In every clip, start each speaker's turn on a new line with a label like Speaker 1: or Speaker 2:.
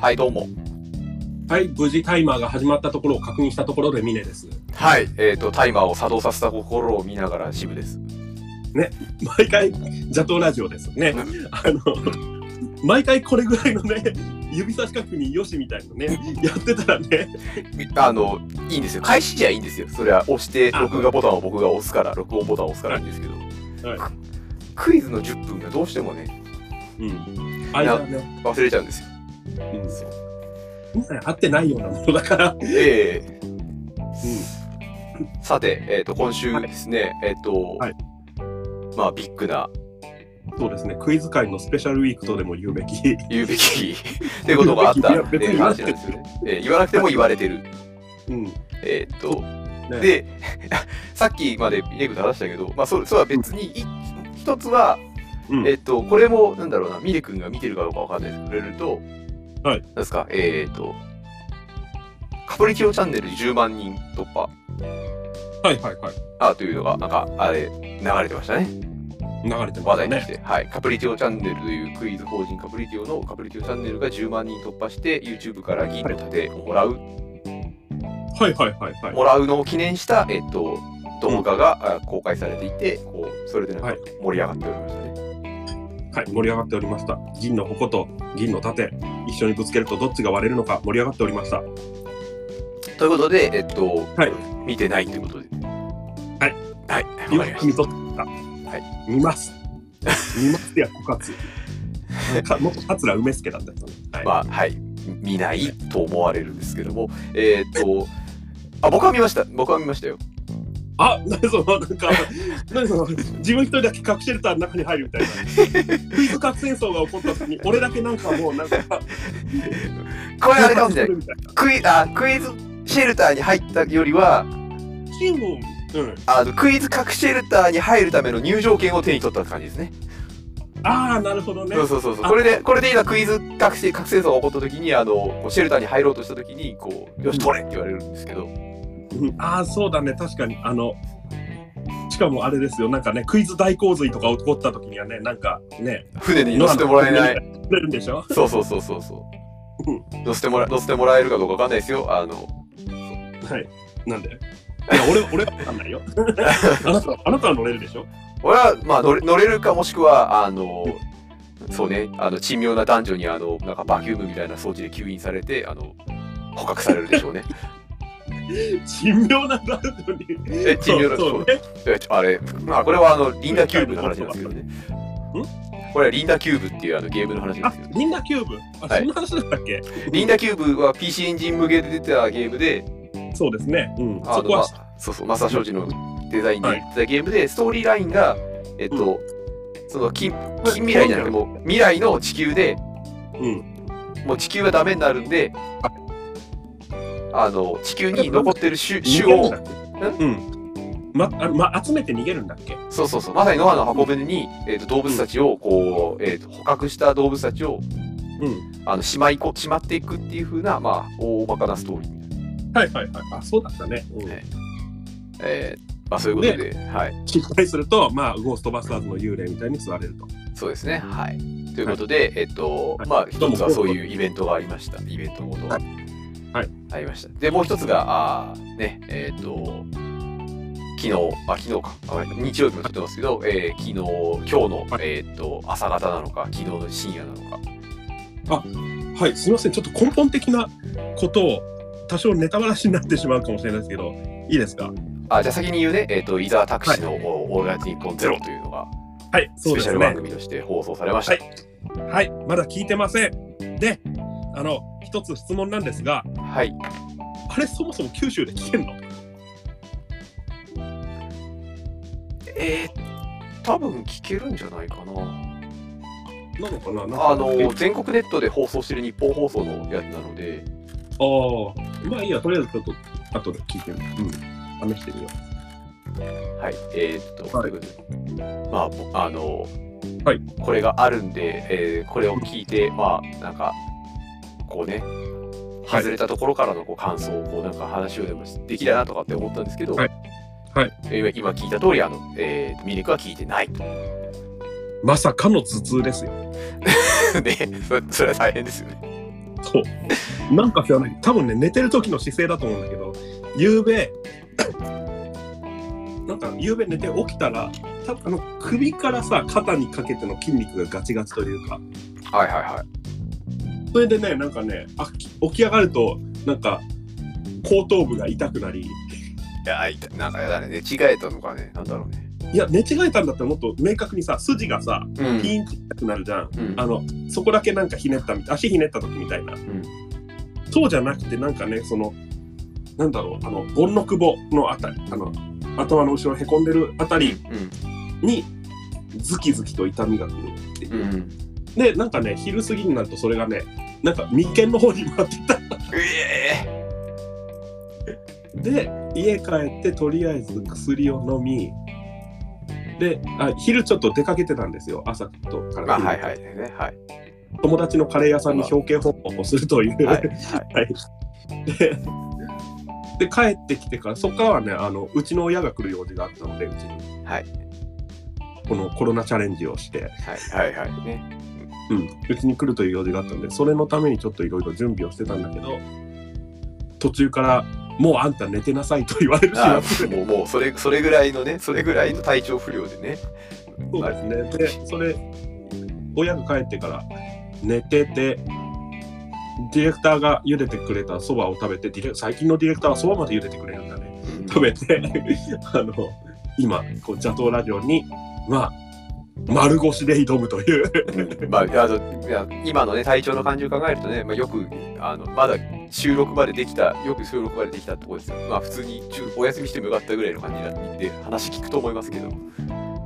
Speaker 1: はい、どうも。
Speaker 2: はい、無事タイマーが始まったところを確認したところでミネです。
Speaker 1: はい、えっ、と、タイマーを作動させた心を見ながら、渋です。
Speaker 2: 毎回、邪道ラジオですね。あの、毎回これぐらいのね、指差し確認よしみたいのね、やってたらね、
Speaker 1: あの、いいんですよ。開始時はいいんですよ。それは押して、録画ボタンを僕が押すから、録音ボタンを押すからいいんですけど。
Speaker 2: はい
Speaker 1: クイズの10分がどうしてもね、
Speaker 2: うん。あれだね、
Speaker 1: 忘れちゃうんですよ。
Speaker 2: うん、そう。合ってないようなものだから。
Speaker 1: ええ
Speaker 2: う
Speaker 1: さて、えっ、と、今週ですね、えっ、と、
Speaker 2: はい
Speaker 1: まあ、ビッグな、
Speaker 2: ん。そうですね、クイズ界のスペシャルウィークとでも言うべき。
Speaker 1: 言うべき、 ということがあった、
Speaker 2: いや別
Speaker 1: えー
Speaker 2: に言わな
Speaker 1: 話
Speaker 2: く
Speaker 1: なん
Speaker 2: て
Speaker 1: ですよね。えー言わなくても言われてる。
Speaker 2: うん。ね、
Speaker 1: えーっと、で、 さっきまでイエグと話したけど、まあ、それそれは別にい、一つは、
Speaker 2: うん
Speaker 1: えーっと、これも、なんだろうな、ミレ君が見てるかどうかわかんないですけど、くれると、
Speaker 2: はい
Speaker 1: なんですか、えーっと、カプリキオチャンネル10万人突破
Speaker 2: はいはいはい。
Speaker 1: あというのが、なんか、あれ、流れてましたね。
Speaker 2: 流れてま
Speaker 1: 話題
Speaker 2: す
Speaker 1: にし
Speaker 2: ね。
Speaker 1: て、はい、カプリティオチャンネルというクイズ法人カプリティオのカプリティオチャンネルが10万人突破して YouTube から銀の盾をもらう、
Speaker 2: はいはいはいはい。
Speaker 1: もらうのを記念した、えっと、動画が、あ公開されていてこうそれでなんか盛り上がっておりましたね、
Speaker 2: はい、盛り上がっておりました。銀の矛と銀の盾、一緒にぶつけるとどっちが割れるのか盛り上がっておりました。
Speaker 1: ということでえっと、
Speaker 2: はい
Speaker 1: 見てないということではいはいわかり
Speaker 2: よ
Speaker 1: ま
Speaker 2: く
Speaker 1: し
Speaker 2: 見とった。はいい。見ます。見ますってや枯渇。か元桂梅助だった人ね。は
Speaker 1: た
Speaker 2: い。
Speaker 1: まあはい見ないと思われるんですけどもえっとあ僕は見ました僕は見ましたよ
Speaker 2: あ、何その なんか、何その自分一人だけ核シェルターの中に入るみたいな。クイズ核戦争が起こった時に、俺だけなんかもうなんか。
Speaker 1: これあれかもしれない
Speaker 2: みたいな。
Speaker 1: クイあクイズシェルターに入ったよりは
Speaker 2: チーム、うん。
Speaker 1: あのクイズ核シェルターに入るための入場券を手に取った感じですね。
Speaker 2: ああ、なるほどね。
Speaker 1: そうそうそうそう。
Speaker 2: あ
Speaker 1: これでこれで今クイズ核戦核戦争が起こった時にあのこうシェルターに入ろうとした時にこうよし取れって言われるんですけど。
Speaker 2: うんああ、そうだね。確かに。あの、しかもあれですよ。なんかね、クイズ大洪水とか起こった時にはね、なんかね、
Speaker 1: 船に乗せてもらえない。
Speaker 2: 乗れるんでしょ
Speaker 1: そうそうそうそうそう。乗せてもら乗せてもらえるかどうかわかんないですよ。あの
Speaker 2: はい。なんでいや、俺、俺はわかんない よ。あなた、あなたは乗れるでしょ
Speaker 1: 俺はまあ乗れ乗れるかもしくはあの。そうね、あの珍妙な男女にあのなんかバキュームみたいな装置で吸引されてあの捕獲されるでしょうね。
Speaker 2: 神妙な男女に。
Speaker 1: え珍妙な
Speaker 2: そうそうね。
Speaker 1: えあれ、まあ、これはあのリンダキューブの話なんですけどね。これはリンダキューブっていうあのゲームの話なん
Speaker 2: あ
Speaker 1: ですよ、。
Speaker 2: みんなキューブ。あ、
Speaker 1: はい
Speaker 2: そんな話だったっけ
Speaker 1: リンダキューブは PC エンジン向けで出てたゲームで、
Speaker 2: そうですね。うん。
Speaker 1: あの
Speaker 2: そこ
Speaker 1: ま
Speaker 2: は、
Speaker 1: あそうそう、マサショウジのデザインで出てたゲームで、ストーリーラインが、えっと、その近近未来じゃなくて、もう未来の地球で、
Speaker 2: うん。
Speaker 1: もう地球はダメになるんで、あの地球に残ってる種種を
Speaker 2: 逃げるんだっけうん。ま、あま、集めて逃げるんだっけ
Speaker 1: そうそうそう、まさにノアの箱舟に、えっと動物たちをこう、えっと捕獲した動物たちを
Speaker 2: うん。
Speaker 1: あのしまいこしまっていくっていう風なまあ大まかなストーリーみたいな、
Speaker 2: はいはいはい。あ、そうだったね。うん
Speaker 1: はいえーまあ、そういうことで、はい、
Speaker 2: 失敗すると、まあ、ゴーストバスターズの幽霊みたいに吸われると。
Speaker 1: そうですね、はい。ということで、えっと、
Speaker 2: はい
Speaker 1: まあ、一つはそういうイベントがありました、イベントのことが、
Speaker 2: はい
Speaker 1: ありました。で、もう一つが、あーね、えっと、昨日、あ、昨日か、あ日曜日も撮ってますけど、えー昨日、今日の、
Speaker 2: はい
Speaker 1: えっと、朝方なのか、昨日の深夜なのか、
Speaker 2: はい、すみません。ちょっと根本的なことを、多少ネタバラシになってしまうかもしれないですけど、いいですか
Speaker 1: あ、じゃあ先に言うね、えっと、伊沢拓司の、オールナイトニッポンゼロというのが、
Speaker 2: はい、
Speaker 1: ス
Speaker 2: そう
Speaker 1: ペ
Speaker 2: で
Speaker 1: シ
Speaker 2: す
Speaker 1: ャル
Speaker 2: ね
Speaker 1: 番。組として放送されました。
Speaker 2: はいはい、まだ聞いてません。で、あの、一つ質問なんですが、
Speaker 1: はい
Speaker 2: あれ、そもそも九州で聞けんの
Speaker 1: えー、多分聞けるんじゃないかな。
Speaker 2: なのかななんか
Speaker 1: あの
Speaker 2: え
Speaker 1: 全国ネットで放送してる日本放送のやつなので、
Speaker 2: ああ、まあいいや、とりあえずちょっと、後で聞いてみる。うん、試してみよ
Speaker 1: はい、えー、っと、
Speaker 2: はい
Speaker 1: ということで、まあぼ、あの、
Speaker 2: はい
Speaker 1: これがあるんで、えーこれを聞いて、まあ、なんか、こうね、
Speaker 2: はい
Speaker 1: 外れたところからのこう感想を、こう、なんか話をでもできたなとかって思ったんですけど、
Speaker 2: はいはい
Speaker 1: えー今今聞いた通り、あの、えーミルクは聞いてないと。
Speaker 2: う。まさかの頭痛ですよ。
Speaker 1: ね、そそれは大変ですよね。
Speaker 2: そう。なんか知らない。多分ね、寝てる時の姿勢だと思うんだけど、夕べ、 なんか夕べ寝て起きたら、多分あの首からさ、肩にかけての筋肉がガチガチというか、
Speaker 1: はいはいはい。
Speaker 2: それでね、なんかね、あき起き上がると、なんか、後頭部が痛くなり、
Speaker 1: いや、いなんかやだね。寝違えたのかね。なんだろうね。
Speaker 2: いや、寝違えたんだったらもっと明確にさ、筋がさ、
Speaker 1: う
Speaker 2: ピ
Speaker 1: ん。
Speaker 2: ーンって痛くなるじゃん。
Speaker 1: うん
Speaker 2: あのそこだけなんかひねったみたい足ひねった時みたいな、
Speaker 1: ん
Speaker 2: そうじゃなくてなんかねそのなんだろうあのゴンのくぼのあたりあの頭の後ろへこんでるあたりにズキズキと痛みがくるっていうう、
Speaker 1: ん。うん。
Speaker 2: でなんかね昼過ぎになるとそれがねなんか眉間の方に回ってた
Speaker 1: え
Speaker 2: で家帰ってとりあえず薬を飲みであ昼ちょっと出かけてたんですよ朝とか
Speaker 1: え
Speaker 2: ら、
Speaker 1: まあはい はい。ねはい。
Speaker 2: 友達のカレー屋さんに表敬訪問をするという、
Speaker 1: はいはい。
Speaker 2: で で帰ってきてからそこからはねあのうちの親が来る用事があったのでうちに、
Speaker 1: はい
Speaker 2: このコロナチャレンジをして、
Speaker 1: はいはいはい。 ね。
Speaker 2: うん、うちに来るという用事があったのでそれのためにちょっといろいろ準備をしてたんだけど途中から「もうあんた寝てなさい」と言われるし
Speaker 1: あ
Speaker 2: そう
Speaker 1: もう、もう、それ、それぐらいのね、それぐらいの体調不良でね。
Speaker 2: ですねでそれ親が帰ってから寝ててディレクターが茹でてくれたそばを食べてディレ最近のディレクターはそばまで茹でてくれるんだね
Speaker 1: うん
Speaker 2: 食べてあの今こう邪道ラジオにまあ丸腰で挑むという
Speaker 1: うんまあ、あのいや今のね体調の感じを考えるとね、まあ、よくあのまだ収録までできたよく収録までできたとこですよまあ普通にちゅお休みしてもよかったぐらいの感じになっていて話聞くと思いますけど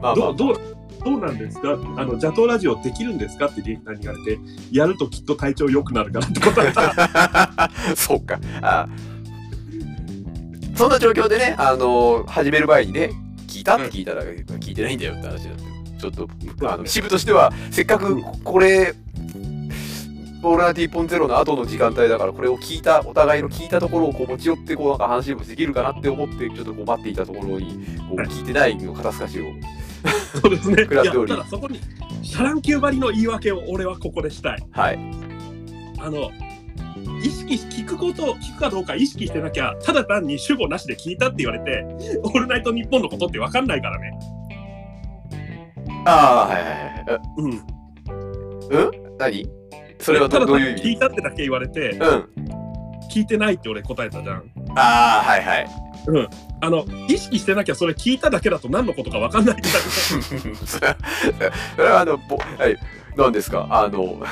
Speaker 1: まあま
Speaker 2: ど
Speaker 1: あ
Speaker 2: うどうどうなんですかあの邪道ラジオできるんですかってディレクターに言われてやるときっと体調良くなるからって答えた
Speaker 1: そうかあそんな状況でねあの始める前にね聞いたって聞いたら、聞いてないんだよって話になってちょっとあの支部としてはせっかくこれ「オールナイトニッポンゼロの後の時間帯だからこれを聞いたお互いの聞いたところをこう持ち寄ってこうなんか話でもできるかなって思ってちょっとこう待っていたところにこう聞いてないの肩すかしを
Speaker 2: そうですねい
Speaker 1: 食ら
Speaker 2: や
Speaker 1: っており
Speaker 2: ただそこにシャラン級ばりの言い訳を俺はここでしたい
Speaker 1: はい
Speaker 2: あの意識し聞くことを聞くかどうか意識してなきゃただ単に主語なしで聞いたって言われて「オールナイトニッポン」のことって分かんないからね
Speaker 1: ああはいはいはいえ
Speaker 2: うん
Speaker 1: 何それはど
Speaker 2: ただ
Speaker 1: どう
Speaker 2: 単
Speaker 1: いう
Speaker 2: に
Speaker 1: 意味
Speaker 2: 聞いたってだけ言われて、
Speaker 1: うん
Speaker 2: 聞いてないって俺答えたじゃん。
Speaker 1: ああはいはい
Speaker 2: あの意識してなきゃそれ聞いただけだと何のことか分かんないから
Speaker 1: それそれはあのぼはい何ですかあの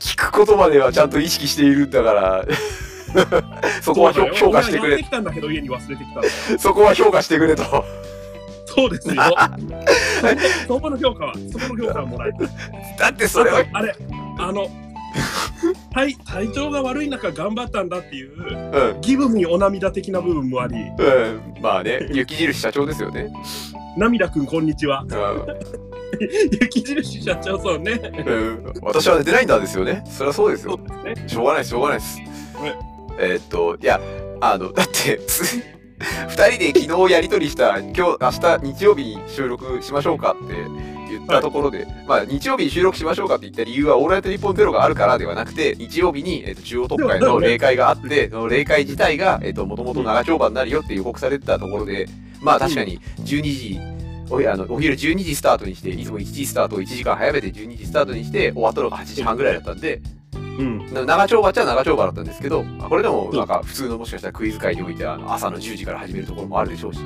Speaker 1: 聞くことまではちゃんと意識しているんだから そこは評評価してく
Speaker 2: 俺はやっ
Speaker 1: れ
Speaker 2: てきたんだけど家に忘れてきたんだ
Speaker 1: そこは評価してくれと
Speaker 2: そうですよそこの評価はそこの評価はもらえた
Speaker 1: だってそれは
Speaker 2: あとあれあの体体調が悪い中頑張ったんだっていう
Speaker 1: う
Speaker 2: ギブミお涙的な部分もあり
Speaker 1: ん、うん、まあね雪印社長ですよね
Speaker 2: 涙くんこんにちは
Speaker 1: うん、
Speaker 2: 雪印社長そうね
Speaker 1: うん、私は寝てないんだですよねそりゃそうですよ
Speaker 2: そうですね
Speaker 1: しょうがないですしょうがないです
Speaker 2: はい
Speaker 1: えーっといやあのだって つ二人で昨日やり取りした今日明日日曜日に収録しましょうかって言ったところで、まあ日曜日に収録しましょうかって言った理由は「オールナイトニッポンゼロがあるからではなくて日曜日に、えー、と中央特会の例会があってその例会自体がもともと長丁場になるよって予告されてたところでまあ確かに12時おあのお昼12時スタートにしていつも1時スタートを1時間早めて12時スタートにして終わったのが8時半ぐらいだったんで
Speaker 2: うん
Speaker 1: な長丁場っちゃ長丁場だったんですけど、まあこれでもなんか普通のもしかしたらクイズ会においてあの朝の10時から始めるところもあるでしょうし、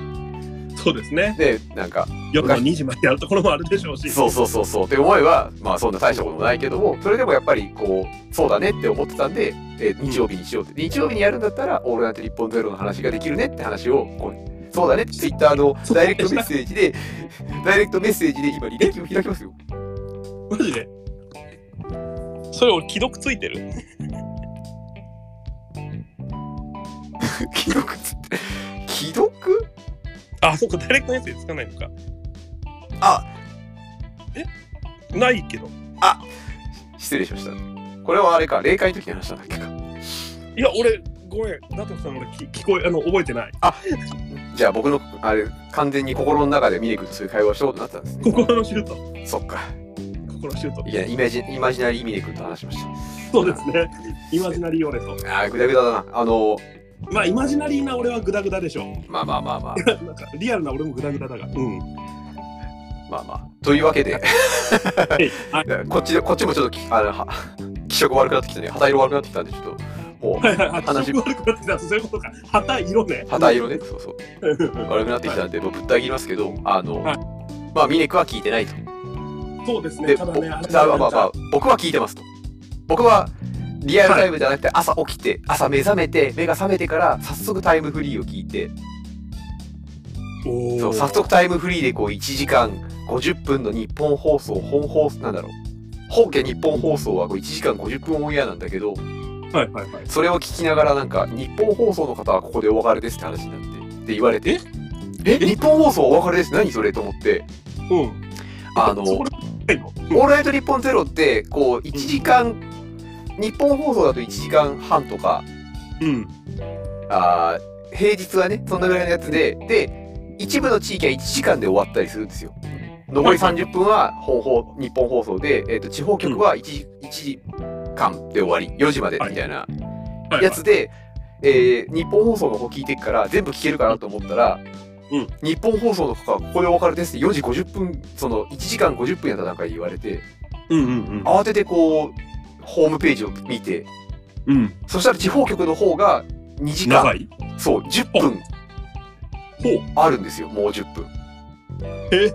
Speaker 2: そうですね
Speaker 1: で、なんか、
Speaker 2: 夜の2時までやるところもあるでしょうし
Speaker 1: そうそうそうそうって思えば、まあそんな大したこともないけども、それでもやっぱりこう、そうだねって思ってたんで、えー日曜日にしようって。日曜日にやるんだったら、オールナイト日本ゼロの話ができるねって話を、こう、そうだねってツイッターのダイレクトメッセージで、ダイレクトメッセージで今履歴を開きますよ。
Speaker 2: マジでそれ俺既読ついてる
Speaker 1: 既読つって。 既読
Speaker 2: あそっかダイレクトメッセージつかないのか
Speaker 1: あ
Speaker 2: えないけど
Speaker 1: 失礼しました。これはあれか、霊界の時に話したんだっけか。
Speaker 2: いや俺ごめんだとさん俺き聞こえあの覚えてない
Speaker 1: じゃあ僕のあれ完全に心の中でミネ君とそういう会話をしたことになってたんですね。
Speaker 2: 心のシュート
Speaker 1: そっか。
Speaker 2: このシュート
Speaker 1: いや、イメージ、イマジナリーミネ君と話しまし
Speaker 2: そうですねイマジナリー俺と
Speaker 1: た。ああ、ぐだぐだだな。あの、
Speaker 2: まあイマジナリーな俺はグダグダでしょ
Speaker 1: まあまあまあまあ、
Speaker 2: なんかリアルな俺もグダグダだがうん
Speaker 1: まあまあ。というわけで、
Speaker 2: はいはい
Speaker 1: こっち、こっちもちょっとき、あの、は気色悪くなってきてね、肌色悪くなってきたんで、ちょっと、もう、
Speaker 2: はい
Speaker 1: 話
Speaker 2: 気色悪くなってきたそういうことか旗色ね
Speaker 1: 肌色ね、そうそう、
Speaker 2: うん
Speaker 1: 悪くなってきたんで、もうぶった切りますけど、あの、
Speaker 2: は
Speaker 1: まあ、ミネ君は聞いてないと。
Speaker 2: そうですね
Speaker 1: で、
Speaker 2: た
Speaker 1: ぼ
Speaker 2: だ
Speaker 1: ま
Speaker 2: ねあれ
Speaker 1: あまあまあ、僕は聞いてますと。僕はリアルタイムじゃなくて朝起きて、朝目覚めて目が覚めてから早速タイムフリーを聞いて
Speaker 2: おー
Speaker 1: そう早速タイムフリーでこう1時間50分の日本放送本放送なんだろう本家日本放送はこう1時間50分オンエアなんだけど
Speaker 2: はいはいはい
Speaker 1: それを聞きながらなんか日本放送の方はここでお別れですって話になってって言われてえ日本放送お別れです何それと思って
Speaker 2: うん
Speaker 1: あの
Speaker 2: そこでないの
Speaker 1: 「オールナイトニッポンゼロってこう1時間、日本放送だと1時間半とか
Speaker 2: うん
Speaker 1: あー平日はねそんなぐらいのやつでで一部の地域は1時間で終わったりするんですよ残り30分は本放日本放送で、えー、と地方局は 1, 時1時間で終わり4時まで
Speaker 2: はい
Speaker 1: みたいな
Speaker 2: はいはい
Speaker 1: やつで、えー日本放送の方聞いてっから全部聞けるかなと思ったら、
Speaker 2: うん
Speaker 1: 日本放送の方はここでお別れですって4時50分その1時間50分やった段階で言われて
Speaker 2: うんうんうん
Speaker 1: 慌ててこうホームページを見て
Speaker 2: うん
Speaker 1: そしたら地方局の方が2時
Speaker 2: 長
Speaker 1: 間
Speaker 2: い
Speaker 1: そう10分
Speaker 2: ほう
Speaker 1: あるんですよもう10分
Speaker 2: へえ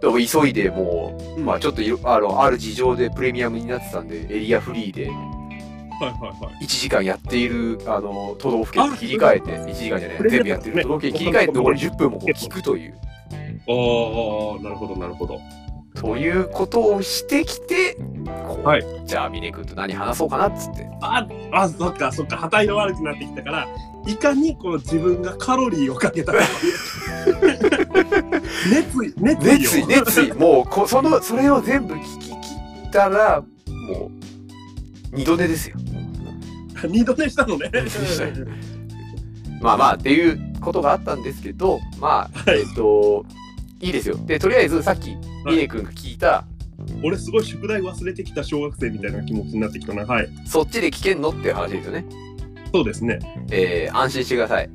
Speaker 1: でも急いでもう、
Speaker 2: うん
Speaker 1: まあちょっといろあのある事情でプレミアムになってたんでエリアフリーで
Speaker 2: はいはいはい
Speaker 1: 1時間やっているあの都道府県に切り替えて1時間じゃない
Speaker 2: プレミア
Speaker 1: 全
Speaker 2: ム
Speaker 1: 部やってる都道府県に切り替えて残り10分もこう聞くという
Speaker 2: ああなるほどなるほど
Speaker 1: ということをしてきてこう、
Speaker 2: はい
Speaker 1: じゃあ峰君と何話そうかなっつって
Speaker 2: ああそっかそっか旗色悪くなってきたからいかにこの自分がカロリーをか けたか熱意熱意を
Speaker 1: 熱意熱意もうこそのそれを全部聞き切ったらもう二度寝ですよ
Speaker 2: 二度寝したのね
Speaker 1: 二度寝したまあまあっていうことがあったんですけどまあ
Speaker 2: はい
Speaker 1: えっといいですよでとりあえずさっき峰君が聞いた、
Speaker 2: 俺すごい宿題忘れてきた小学生みたいな気持ちになってきたなはい
Speaker 1: そっちで聞けんのっていう話ですよね
Speaker 2: そうですね
Speaker 1: えー安心してください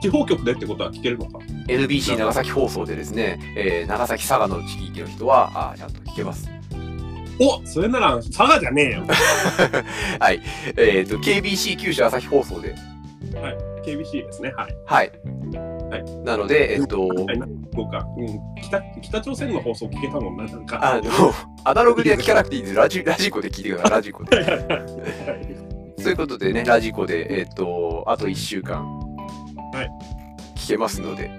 Speaker 2: 地方局でってことは聞けるのか
Speaker 1: NBC 長崎放送でですね、えー長崎佐賀の地域の人はあーちゃんと聞けます
Speaker 2: おそれなら佐賀じゃねえよ
Speaker 1: えっ、と KBC 九州朝日放送で
Speaker 2: KBC ですねはい
Speaker 1: はい、
Speaker 2: はい
Speaker 1: なのでえっ、と
Speaker 2: はいなんかそうか、うん、北北朝鮮の放送聞けたもんななんか
Speaker 1: あ の、アナログでは聞かなくていいんです。ラジラジコで聞いてく ださい、ラジコで。
Speaker 2: はい
Speaker 1: そういうことでね、ラジコで、えっ、と、あと1週間、
Speaker 2: い
Speaker 1: 聞けますので。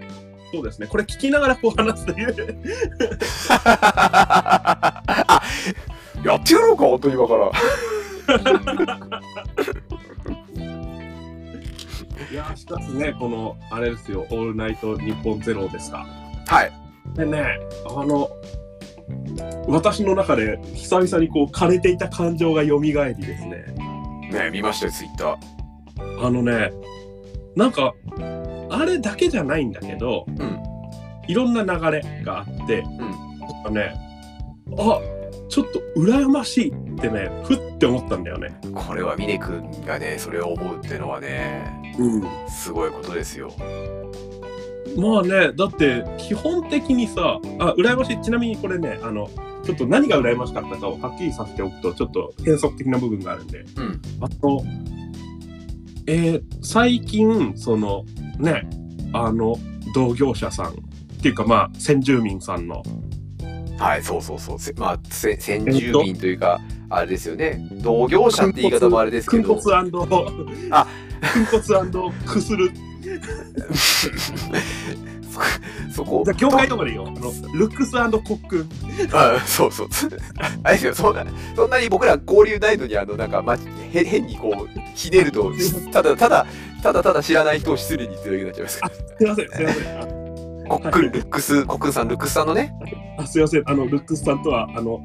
Speaker 2: そうですねこれ聞きながらこう話すという
Speaker 1: あやってやろうか、本当に今から。
Speaker 2: いやー、しかしね、この、あれですよ、オールナイト日本ゼロですか。
Speaker 1: はい。
Speaker 2: でね、あの、私の中で久々にこう枯れていた感情が蘇りですね。
Speaker 1: ね見ましたよ、ツイッター。
Speaker 2: あのね、なんか、あれだけじゃないんだけど、
Speaker 1: ん
Speaker 2: いろんな流れがあって、
Speaker 1: ん
Speaker 2: なんかね、あちょっと羨ましいってね、ふって思ったんだよね。
Speaker 1: これは峰君がね、それを思うってのはね、
Speaker 2: うん。
Speaker 1: すごいことですよ。
Speaker 2: まあねだって基本的にさあ羨ましいちなみにこれねあのちょっと何が羨ましかったかをはっきりさせておくとちょっと変則的な部分があるんで
Speaker 1: うん。
Speaker 2: あのえー最近そのねあの同業者さんっていうかまあ先住民さんの
Speaker 1: はい、そうそうそう。せまあ、せ先住民というか、あれですよね。同業者って言い方もあれですけ
Speaker 2: 君
Speaker 1: ど。
Speaker 2: 骨
Speaker 1: あ
Speaker 2: 君骨くする
Speaker 1: そそこ
Speaker 2: じゃあ業界とかでいいよあのルックスコックン
Speaker 1: あそう そう。あれですよ、そんな、そんなに僕ら交流ないのに、あの、なんか、ま、へ変にこう、ひねると、ただ、ただ、ただただ知らない人を失礼にするようになっちゃいます。
Speaker 2: すいませんすいませんあ
Speaker 1: コックン、ルックス、コックンさん、ルックスさんのね、
Speaker 2: あすいませんあのルックスさんとはあの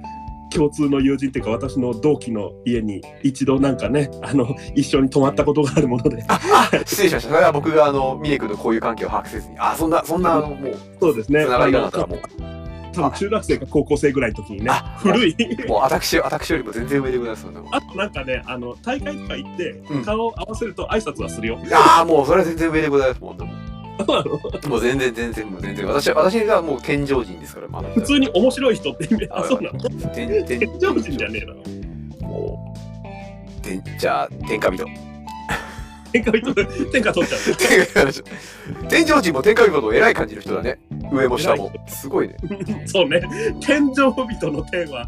Speaker 2: 共通の友人っていうか私の同期の家に一度なんかねあの一緒に泊まったことがあるもので
Speaker 1: 失礼しました。それは僕が、あの、ミネ君のこういう関係を把握せずに、あ、そんな、そんな、あの、もう、
Speaker 2: そうですね
Speaker 1: つながりがなかったらもう、
Speaker 2: 多分中学生か高校生ぐらいの時にね
Speaker 1: あ
Speaker 2: 古い
Speaker 1: もう私私よりも全然上でございますので
Speaker 2: あとなんかねあの大会とか行って
Speaker 1: うん
Speaker 2: 顔を合わせると挨拶はするよ、
Speaker 1: ああもうそれは全然上でございますもんでも
Speaker 2: そうなの
Speaker 1: もう全然全然もう全然私私がもう健常人ですからまあ
Speaker 2: 普通に面白い人って意味あそうなの
Speaker 1: 天天
Speaker 2: 健常人じゃねえだろ
Speaker 1: もう天じゃあ天下人
Speaker 2: 天下人天下取っちゃう
Speaker 1: 天上人も天下人も偉い感じの人だね上も下もすごいね
Speaker 2: そうね、天井人の天は、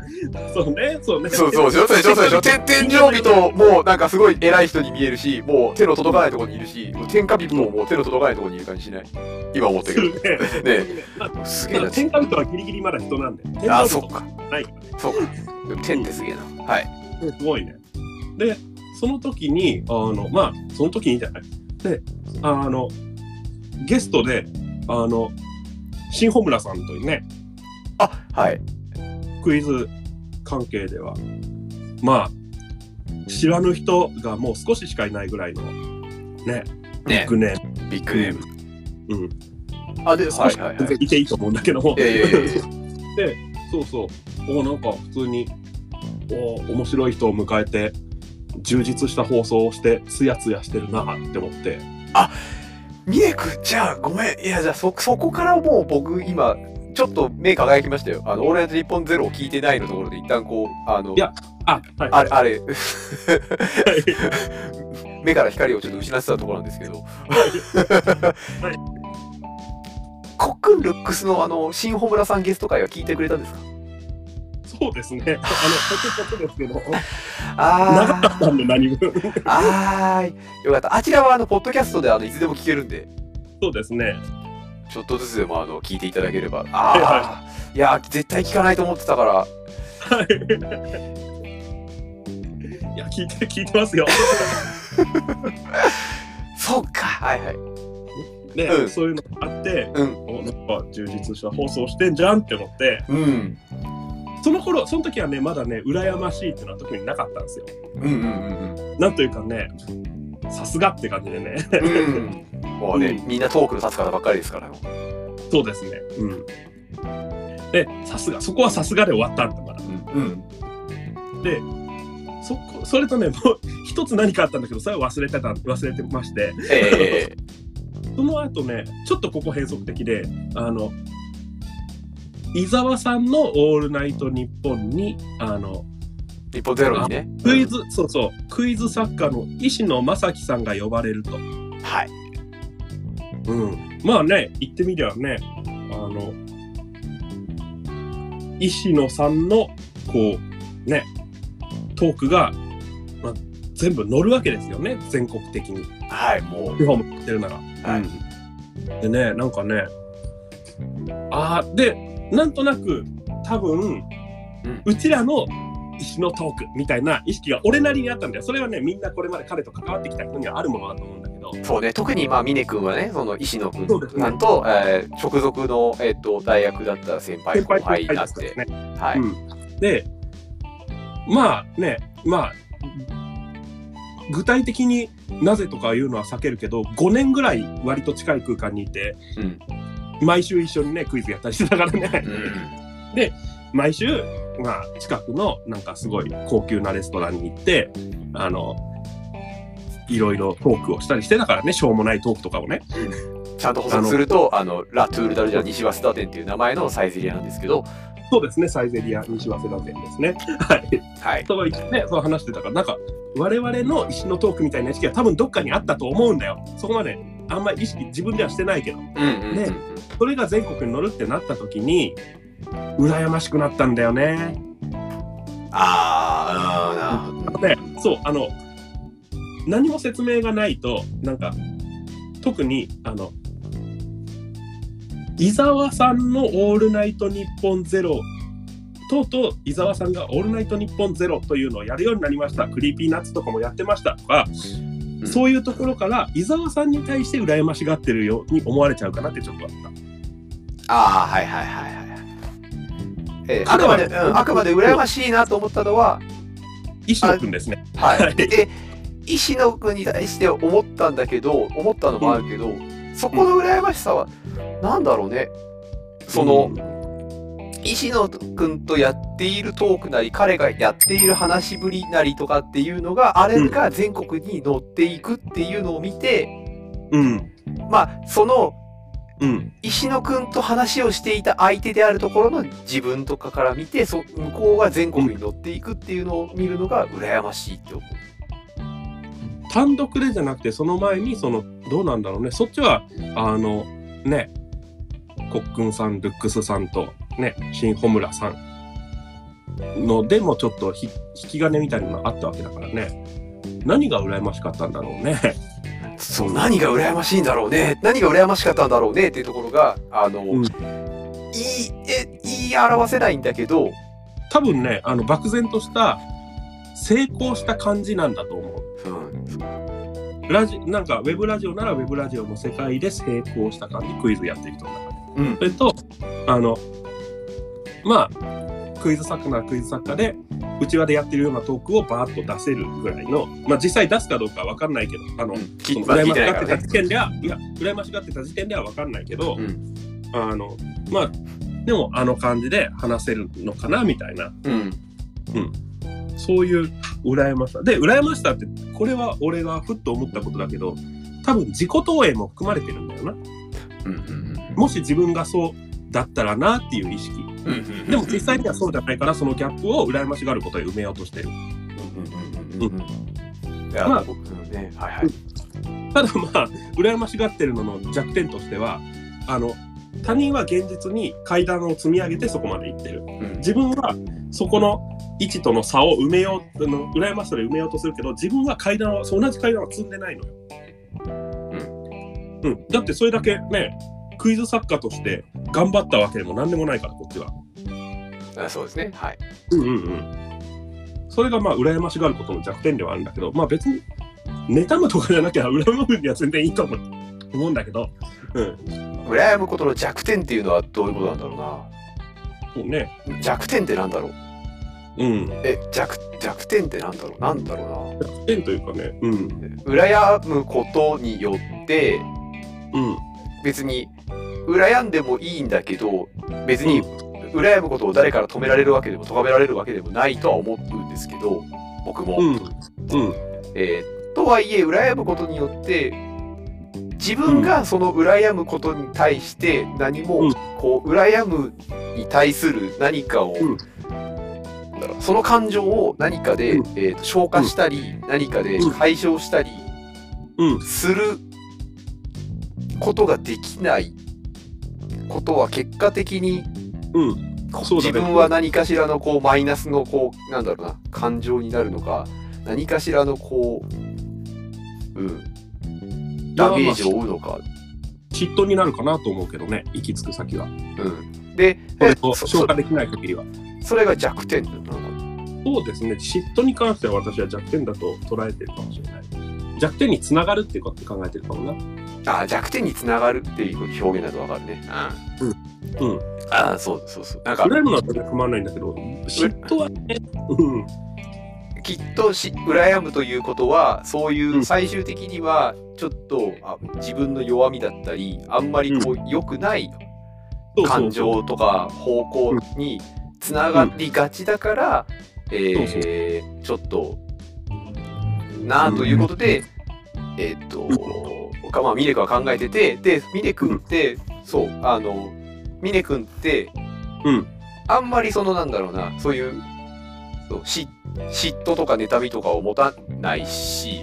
Speaker 2: そうね、そうね。
Speaker 1: そうそうそうそうそう そうそう天天上人もなんかすごい偉い人に見えるしもう手の届かないところにいるしもう天下人ももう手の届かないところにいる感じしない今思った
Speaker 2: す
Speaker 1: け
Speaker 2: る
Speaker 1: ど
Speaker 2: ね。
Speaker 1: ねすげえ
Speaker 2: た
Speaker 1: な
Speaker 2: だ 天下人はギリギリまだ人なんで。天井
Speaker 1: あー
Speaker 2: 人
Speaker 1: そっか
Speaker 2: はい
Speaker 1: そうかでも天ってすげえなはい
Speaker 2: すごいね。で、その時に、あの、まあ、その時にじゃない。で、あの、ゲストで、あの、新穂村さんというね、
Speaker 1: あはい
Speaker 2: クイズ関係では、まあ、知らぬ人がもう少ししかいないぐらいの、ね、ビ
Speaker 1: ね
Speaker 2: ッグネー
Speaker 1: ビッグネーム
Speaker 2: ム。うん。
Speaker 1: あではい
Speaker 2: 少し
Speaker 1: はいはい
Speaker 2: 全然いていいと思うんだけども。
Speaker 1: いやいやいやいや
Speaker 2: そうそう。おなんか普通に、お面白い人を迎えて、充実した放送をして、つやつやしてるなって思って。
Speaker 1: ミネクじゃあごめんいやじゃあそそこからもう僕今ちょっと目輝きましたよあの「オールナイトニッポンゼロを聞いてないのところで一旦こうあの
Speaker 2: いやあ、はい。
Speaker 1: あれあれ
Speaker 2: はい
Speaker 1: 目から光をちょっと失ってたところなんですけど
Speaker 2: は
Speaker 1: コックンルックスのあの新穂村さんゲスト会は聞いてくれたんですか
Speaker 2: そうですね。あの、ポテポテですけど、長か
Speaker 1: あ
Speaker 2: ったんで何分。
Speaker 1: ーあーよかったあちらはあのポッドキャストであのいつでも聞けるんで
Speaker 2: そうですね。
Speaker 1: ちょっとずつでもあの聞いていただければああいや絶対聞かないと思ってたから
Speaker 2: はい。いや、聞いて、聞いてますよ。
Speaker 1: そうかはいはい
Speaker 2: で、
Speaker 1: うん
Speaker 2: そういうのがあって、
Speaker 1: うん
Speaker 2: おなんか充実した放送してんじゃんって思って、
Speaker 1: うん
Speaker 2: その頃、その時はね、まだね、羨ましいっていうのは特になかったんですよ。
Speaker 1: うんうんうん
Speaker 2: なんというかね、さすがって感じでね。
Speaker 1: うんうんもうね、
Speaker 2: うん
Speaker 1: みんなトークの立つ方ばっかりですからう
Speaker 2: そうですね。うん。で、さすが、そこはさすがで終わったんだか
Speaker 1: んうん
Speaker 2: ら。で、そこ、それとね、もう一つ何かあったんだけど、それは忘れてた、忘れてまして、
Speaker 1: ええ
Speaker 2: その後ね、ちょっとここ変則的で、あの、伊沢さんの「オールナイトニッポン」にあの
Speaker 1: 日本ゼロにね
Speaker 2: クイズ、そうそうクイズ作家の石野正樹さんが呼ばれると、
Speaker 1: はい
Speaker 2: うん、まあね言ってみりゃねあの石野さんのこうねトークが、まあ、全部乗るわけですよね全国的に
Speaker 1: はいもう
Speaker 2: 日本もやってるなら。
Speaker 1: はい
Speaker 2: でねなんかねあーでなんとなく多分、
Speaker 1: う
Speaker 2: うんちらの石野トークみたいな意識が俺なりにあったんだよそれはねみんなこれまで彼と関わってきた人にはあるものだと思うんだけど
Speaker 1: そうね特にまあ峰君はねその石野君
Speaker 2: そうですね
Speaker 1: なんと、えー直属の、えっと大学だった先輩後輩になっ
Speaker 2: 先
Speaker 1: て、
Speaker 2: 輩後輩ですね
Speaker 1: はい、
Speaker 2: うん、でまあねまあ具体的になぜとか言うのは避けるけど5年ぐらい割と近い空間にいて
Speaker 1: うん
Speaker 2: 毎週一緒にねクイズやったりしてたからね
Speaker 1: うん
Speaker 2: 毎週、まあ、近くのなんかすごい高級なレストランに行ってあのいろいろトークをしたりしてだからねしょうもないトークとかをね
Speaker 1: ちゃんと補足するとあのラ・トゥール・ダルジャ西早稲田店っていう名前のサイゼリアなんですけど
Speaker 2: そうですねサイゼリア西早稲田店ですねはい
Speaker 1: はい
Speaker 2: とは言ってねそう話してたからなんか我々の石のトークみたいな意識は多分どっかにあったと思うんだよそこまであんまり意識自分ではしてないけど
Speaker 1: うんうんうんうん、
Speaker 2: ねそれが全国に乗るってなった時に羨ましくなったんだよね
Speaker 1: あーあーなるほど
Speaker 2: でそうあの何も説明がないとなんか特にあの伊沢さんの「オールナイトニッポンゼロとうとう伊沢さんが「オールナイトニッポンゼロというのをやるようになりました「クリーピーナッツ」とかもやってましたとか、
Speaker 1: うん
Speaker 2: そういうところから伊沢さんに対して羨ましがってるように思われちゃうかなってちょっとあった。
Speaker 1: ああはいはいはいはい。えー、あ
Speaker 2: 彼
Speaker 1: くま
Speaker 2: は
Speaker 1: で、うん、あくまで羨ましいなと思ったのは、
Speaker 2: 石野君ですね
Speaker 1: はい。 で、石野君に対して思ったんだけど、思ったのもあるけど、そこの羨ましさは、なんだろうね。その、
Speaker 2: うん
Speaker 1: 石野くんとやっているトークなり彼がやっている話しぶりなりとかっていうのがあれが全国に乗っていくっていうのを見て、
Speaker 2: うん。
Speaker 1: まあその
Speaker 2: うん。
Speaker 1: 石野くんと話をしていた相手であるところの自分とかから見てそ向こうが全国に乗っていくっていうのを見るのが羨ましいって思う。
Speaker 2: 単独でじゃなくて、その前に、その、どうなんだろうね。そっちは、あの、ね、コックンさん、ルックスさんと、ね、新穂村さんのでもちょっとひ引き金みたいなのがあったわけだからね。何が羨ましかったんだろうね。
Speaker 1: そう何が羨ましいんだろうね何が羨ましかったんだろうねっていうところがあの、
Speaker 2: うん
Speaker 1: 言いえ言い表せないんだけど
Speaker 2: 多分ね、あの、漠然とした、成功した感じなんだと思う。ラジなんかウェブラジオならウェブラジオの世界で成功した感じクイズやってる人の中で
Speaker 1: うん
Speaker 2: それとあのまあクイズ作家ならクイズ作家でうちわでやってるようなトークをバーッと出せるぐらいのまあ実際出すかどうかわかんないけどあの、
Speaker 1: き
Speaker 2: その
Speaker 1: まあ聞
Speaker 2: 羨
Speaker 1: い
Speaker 2: まして
Speaker 1: な
Speaker 2: が
Speaker 1: い
Speaker 2: っ
Speaker 1: か
Speaker 2: て
Speaker 1: ら
Speaker 2: た
Speaker 1: ね
Speaker 2: 時点ではいや羨ましがってた時点ではわかんないけど、
Speaker 1: うん
Speaker 2: あのまあでもあの感じで話せるのかなみたいな
Speaker 1: うん
Speaker 2: そういう羨ましさ。で、羨ましさって、これは俺がふっと思ったことだけど、多分自己投影も含まれてるんだよな。
Speaker 1: うんうん
Speaker 2: もし自分がそうだったらなっていう意
Speaker 1: う
Speaker 2: 識。
Speaker 1: んうん
Speaker 2: でも実際にはそうじゃないから、そのギャップを羨ましがることで埋めようとしてる。
Speaker 1: うんうんうんうんいや
Speaker 2: まあ
Speaker 1: 僕ねはいはい
Speaker 2: ただまあ、羨ましがってるのの弱点としては、あの、他人は現実に階段を積み上げてそこまで行ってる。
Speaker 1: うん
Speaker 2: 自分はそこの位置との差を埋めよう、あの羨ましさで埋めようとするけど、自分は階段を、そう同じ階段は積んでないのよ。うん。だってそれだけね、クイズ作家として頑張ったわけでも何でもないから、こっちは。
Speaker 1: あそうですねはい
Speaker 2: うんうんうん。それがまあ、羨ましがることの弱点ではあるんだけど、まあ別に、妬むとかじゃなきゃ羨むには全然いいと思う思うんだけど、うん。
Speaker 1: 羨むことの弱点っていうのはどういうことなんだろ
Speaker 2: そうね。
Speaker 1: うな弱点ってなんだろう
Speaker 2: うん。
Speaker 1: え弱弱点ってなんだろうなんだろうな
Speaker 2: 弱点というかね、うん。
Speaker 1: 羨むことによって
Speaker 2: うん。
Speaker 1: 別に羨んでもいいんだけど別に羨むことを誰から止められるわけでも咎められるわけでもないとは思うんですけど僕も、
Speaker 2: うん。うん。
Speaker 1: えーとはいえ羨むことによって自分がその羨むことに対して何
Speaker 2: う
Speaker 1: も
Speaker 2: ん
Speaker 1: こう羨むに対する何かを、
Speaker 2: うん
Speaker 1: なんだろうその感情を何かで、
Speaker 2: うん
Speaker 1: えーと消化したり、何かで
Speaker 2: うん
Speaker 1: 解消したり
Speaker 2: うん
Speaker 1: することができないことは結果的に
Speaker 2: うん。
Speaker 1: こ
Speaker 2: そうだ
Speaker 1: 自
Speaker 2: ね
Speaker 1: 分は何かしらのこうマイナスのこうなんだろうな感情になるのか何かしらのこう、うん、ダメージを負うのか、
Speaker 2: 嫉妬になるかなと思うけどね、行き着く先は。
Speaker 1: うん、で
Speaker 2: それ
Speaker 1: そ
Speaker 2: を消化できない限りは。
Speaker 1: それが弱点なのかな
Speaker 2: そうですね、嫉妬に関しては私は弱点だと捉えてるかもしれない。弱点につながるっていうこと考えてるかもな。
Speaker 1: あ弱点につながるっていう表現だとわかるね
Speaker 2: うん。うん。
Speaker 1: ああそうそうそうなんか
Speaker 2: 羨むのは全然構わないんだけど、嫉妬はね、うん。
Speaker 1: きっとし羨むということはそういううん最終的にはちょっとあ自分の弱みだったりあんまりこう良くない
Speaker 2: そうそ
Speaker 1: 感
Speaker 2: うそう。
Speaker 1: 情とか方向につながりがちだから、えーちょっとなあということで、えーっとかまあミネ君は考えててでミネ君って、そうあのミネ君って、
Speaker 2: うん
Speaker 1: あんまりそのなんだろうなそういうそう嫉嫉妬とか妬みとかを持たないし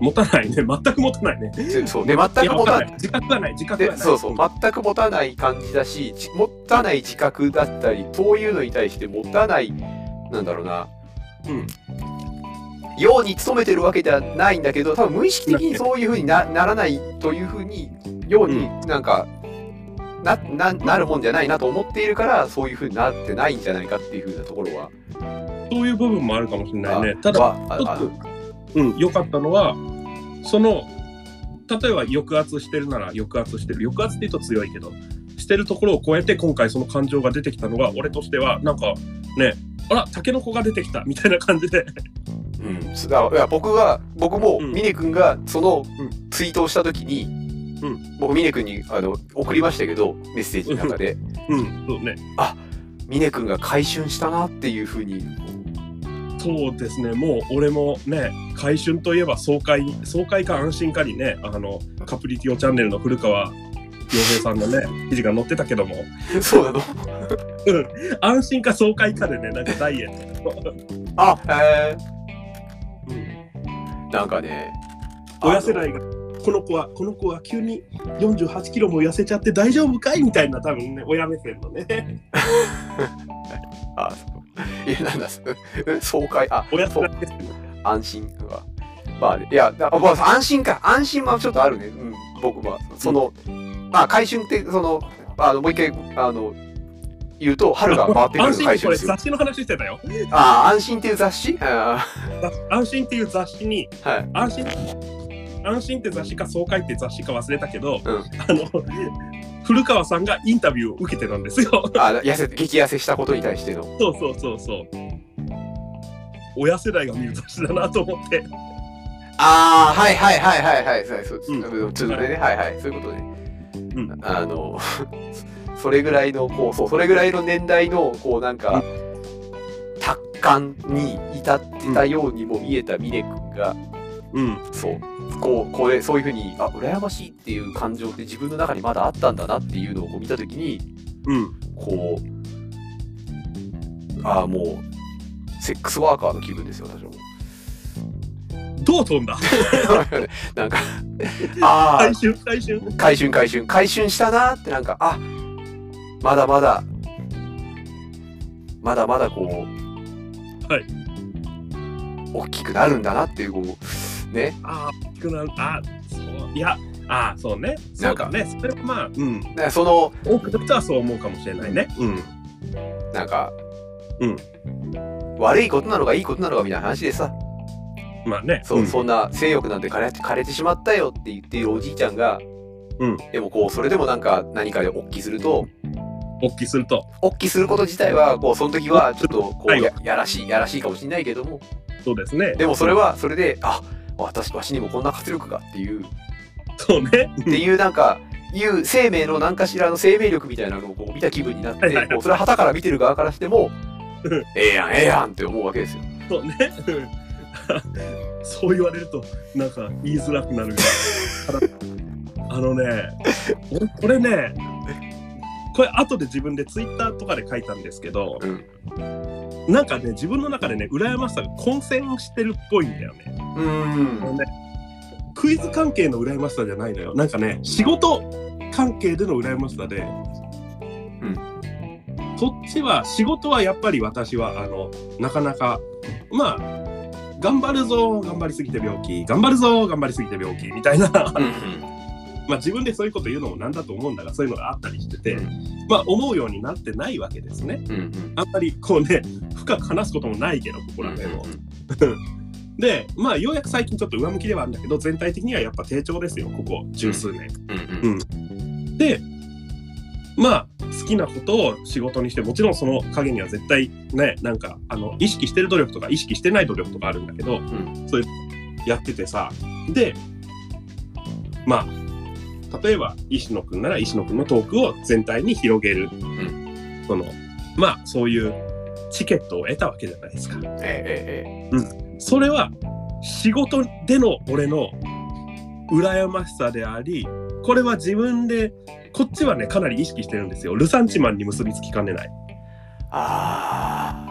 Speaker 2: 持たないね。 全く持たないね。
Speaker 1: でそうね全く持
Speaker 2: いや
Speaker 1: た
Speaker 2: 持ない。自覚がない。自覚がな
Speaker 1: で
Speaker 2: い。
Speaker 1: そうそう全く持たない感じだしじ持たない自覚だったりそういうのに対して持たないなんだろうな、
Speaker 2: うん、
Speaker 1: ように努めてるわけではないんだけど多分無意識的にそういうふうになならないというふうにようになんか、なななるもんじゃないなと思っているからそういうふうになってないんじゃないかっていうふうなところは、
Speaker 2: そういう部分もあるかもしれないね。
Speaker 1: あ
Speaker 2: ただ、
Speaker 1: はあ
Speaker 2: ちょ
Speaker 1: あ
Speaker 2: っと、うん、良かったのは、その、例えば抑圧してるなら抑圧してる。抑圧って言うと強いけど、してるところを超えて、今回その感情が出てきたのが、俺としては、なんか、ね、あら、タケノコが出てきたみたいな感じで、
Speaker 1: うん、すだからいや僕は僕も
Speaker 2: うん
Speaker 1: 峰君がその
Speaker 2: ん
Speaker 1: ツイートをした時に、
Speaker 2: うん
Speaker 1: 僕峰君にあの送りましたけどメッセージの中で
Speaker 2: うん、そうね。
Speaker 1: 峰君が回春したなっていうふうに
Speaker 2: そうですね、もう俺もね、回春といえば爽快、爽快か安心かにね、あの、カプリティオチャンネルの古川洋平さんのね、記事が載ってたけども、
Speaker 1: そうなの
Speaker 2: 安心か爽快かでね、なんかダイエット。
Speaker 1: あへえ
Speaker 2: うん
Speaker 1: なんかね
Speaker 2: 親世代が、この子は、この子は急に48キロも痩せちゃって大丈夫かいみたいな、多分ね、親目線のね、
Speaker 1: あのあそういやなんだそ爽快あ
Speaker 2: 親世
Speaker 1: そう
Speaker 2: 代ですよ。
Speaker 1: 安心はまあいやだまあ安心か安心はちょっとあるね、うん、僕はその、まあ回春ってそのあのもう一回あの言うと春が回ってく
Speaker 2: 安
Speaker 1: る回
Speaker 2: 心ってこ
Speaker 1: 春
Speaker 2: れ
Speaker 1: ですよ
Speaker 2: 雑誌の話してたよ。
Speaker 1: ああ安心っていう雑誌あ
Speaker 2: 安心っていう雑誌に、
Speaker 1: ーはい
Speaker 2: 安心安心って雑誌か爽快って雑誌か忘れたけど、
Speaker 1: うん
Speaker 2: あの 古川さんがインタビューを受けてたんですよ
Speaker 1: あ痩せ激痩せしたことに対しての
Speaker 2: そうそうそうそう親世代が見る雑誌だなと思って
Speaker 1: ああはいはいはいはいはいはいそうです、
Speaker 2: う
Speaker 1: うんん、ちょっとねはいはいそういうことね
Speaker 2: うん
Speaker 1: あの それぐらいのこうそうそれぐらいの年代のこうなんか達観に至ってたようにも見えた峰君が
Speaker 2: うん
Speaker 1: そうこうこれそういうふうにあ羨ましいっていう感情って自分の中にまだあったんだなっていうのをこう見た時に
Speaker 2: うん
Speaker 1: こうああもうセックスワーカーの気分ですよ私はもう。
Speaker 2: どう飛んだ
Speaker 1: なんかああ
Speaker 2: 回収回収
Speaker 1: 回春回春回春したなーってなんかあまだまだまだまだこう
Speaker 2: はい
Speaker 1: 大きくなるんだなっていうこうね
Speaker 2: ああ大きくなるあそういやああそうね
Speaker 1: な
Speaker 2: そ
Speaker 1: ん
Speaker 2: う
Speaker 1: か
Speaker 2: かねそれはまあうん
Speaker 1: だからその
Speaker 2: 多くの人はそう思うかもしれないねうん
Speaker 1: なんか、
Speaker 2: うん
Speaker 1: 悪いことなのかいいことなのかみたいな話でさ
Speaker 2: まあね
Speaker 1: そう、
Speaker 2: ん
Speaker 1: そんな性欲なんて枯れて枯れてしまったよって言っているおじいちゃんが、
Speaker 2: うん
Speaker 1: でもこうそれでもなんか何かでおっきすると
Speaker 2: 大きくすると
Speaker 1: おっきすること自体はこうその時はちょっとこう
Speaker 2: はい
Speaker 1: ややらしいやらしいかもしれないけども
Speaker 2: そうですね
Speaker 1: でもそれはそれで、あ私、わしにもこんな活力がっていう、っ
Speaker 2: そうね
Speaker 1: ていうなんか、いう生命の何かしらの生命力みたいなのをこう見た気分になって、
Speaker 2: はいはいはい
Speaker 1: こうそれは旗から見てる側からしても
Speaker 2: うん、
Speaker 1: ええやん、ええやんって思うわけですよ。
Speaker 2: そうね。うん そう言われると、なんか言いづらくなるが。 あのね、おこれね、これ後で自分でツイッターとかで書いたんですけど、
Speaker 1: うん
Speaker 2: なんかね、自分の中でね、羨ましさが混戦をしてるっぽいんだよね。
Speaker 1: う
Speaker 2: あの
Speaker 1: ん。
Speaker 2: ねクイズ関係の羨ましさじゃないのよ。なんかね、仕事関係での羨ましさで、そっちは仕事はやっぱり私はあのなかなかまあ頑張るぞ頑張りすぎて病気頑張るぞ頑張りすぎて病気みたいな ま
Speaker 1: うん
Speaker 2: あ自分でそういうこと言うのもなんだと思うんだがそういうのがあったりしてて、
Speaker 1: うん
Speaker 2: まあ思うようになってないわけですね
Speaker 1: うんうん
Speaker 2: あんまりこうね 深く話すこともないけどここら辺を。でまあようやく最近ちょっと上向きではあるんだけど全体的にはやっぱ低調ですよここ十数年。
Speaker 1: うん
Speaker 2: うんでまあ好きなことを仕事にしてもちろんその陰には絶対ねなんかあの意識してる努力とか意識してない努力とかあるんだけど、
Speaker 1: ん
Speaker 2: それやっててさでまあ例えば石野くんなら石野くんのトークを全体に広げる、そのまあそういうチケットを得たわけじゃないですか。
Speaker 1: えええええ
Speaker 2: それは仕事での俺の羨ましさでありこれは自分でこっちはねかなり意識してるんですよルサンチマンに結びつきかねない
Speaker 1: えあ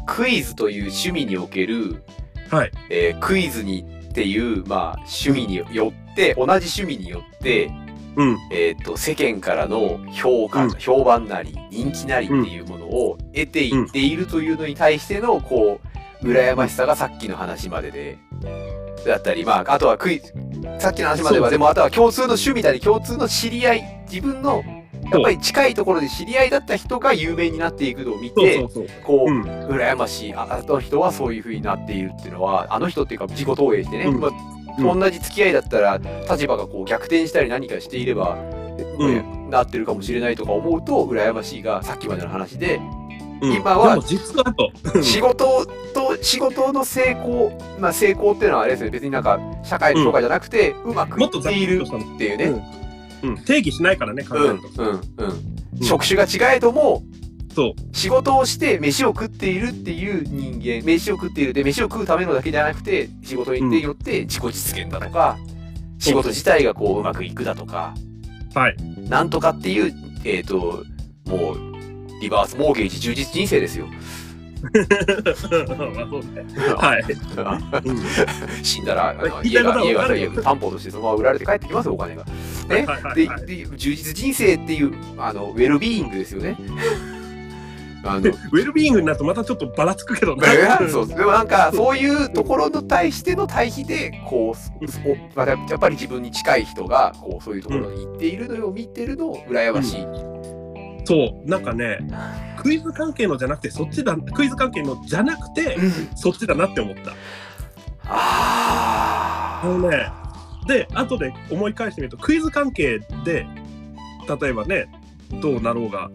Speaker 1: ークイズという趣味における、
Speaker 2: はい
Speaker 1: えークイズにっていう、まあ、趣味によって、同じ趣味によって、
Speaker 2: うん
Speaker 1: えー、と世間からの評価、
Speaker 2: うん
Speaker 1: 評判なり人気なりっていうものを得ていっているというのに対してのこう羨ましさがさっきの話まででだったりまああとはクイズさっきの話まで
Speaker 2: そうそ
Speaker 1: は
Speaker 2: う
Speaker 1: でもあとは共通の趣味なり共通の知り合い自分のやっぱり近いところで知り合いだった人が有名になっていくのを見
Speaker 2: そう
Speaker 1: て
Speaker 2: そうそう
Speaker 1: こう、
Speaker 2: うん
Speaker 1: 羨ましいああの人はそういう風になっているっていうのはあの人っていうか自己投影してね、
Speaker 2: うん
Speaker 1: まあ
Speaker 2: うん
Speaker 1: 同じ付き合いだったら立場がこう逆転したり何かしていれば、
Speaker 2: うん
Speaker 1: ねなってるかもしれないとか思うと羨ましいがさっきまでの話で、
Speaker 2: うん
Speaker 1: 今は
Speaker 2: でも実はと
Speaker 1: 仕事と仕事の成功まあ成功っていうのはあれですね別になんか社会の評価じゃなくて、うまくい
Speaker 2: もっ
Speaker 1: っ
Speaker 2: とざってく
Speaker 1: い
Speaker 2: り
Speaker 1: る
Speaker 2: としたの
Speaker 1: っていうね、
Speaker 2: うん定義しないからね考
Speaker 1: う
Speaker 2: え
Speaker 1: ん
Speaker 2: ると
Speaker 1: うんうん
Speaker 2: うん
Speaker 1: 職種が違えども
Speaker 2: そう
Speaker 1: 仕事をして飯を食っているっていう人間飯を食っているで飯を食うためのだけじゃなくて仕事に行ってよって自己実現だとか、仕事自体がこううまくいくだとか
Speaker 2: はい
Speaker 1: なんとかっていうえっ、ともうリバースモーゲージ充実人生ですよ
Speaker 2: まあそうねはい
Speaker 1: 死んだらあの
Speaker 2: 言いた
Speaker 1: 家
Speaker 2: いこと
Speaker 1: が
Speaker 2: は
Speaker 1: 家が
Speaker 2: わかるよ
Speaker 1: 家が担保としてそのまま売られて帰ってきますよお金が。ね
Speaker 2: はいはい
Speaker 1: で
Speaker 2: はい
Speaker 1: で充実人生っていうあのウェルビーイングですよ ね。あの
Speaker 2: ウェルビーイングになるとまたちょっとばらつくけどね。
Speaker 1: そうでもなんかそういうところに対しての対比でこうすおまあやっぱり自分に近い人がこうそういうところに行っているのを見てるのを羨ましい。
Speaker 2: そうなんかねクイズ関係のじゃなくてそっちだクイズ関係のじゃなくて
Speaker 1: うん
Speaker 2: そっちだなって思った。
Speaker 1: あ
Speaker 2: あのねで後で思い返してみるとクイズ関係で例えばねどうなろうが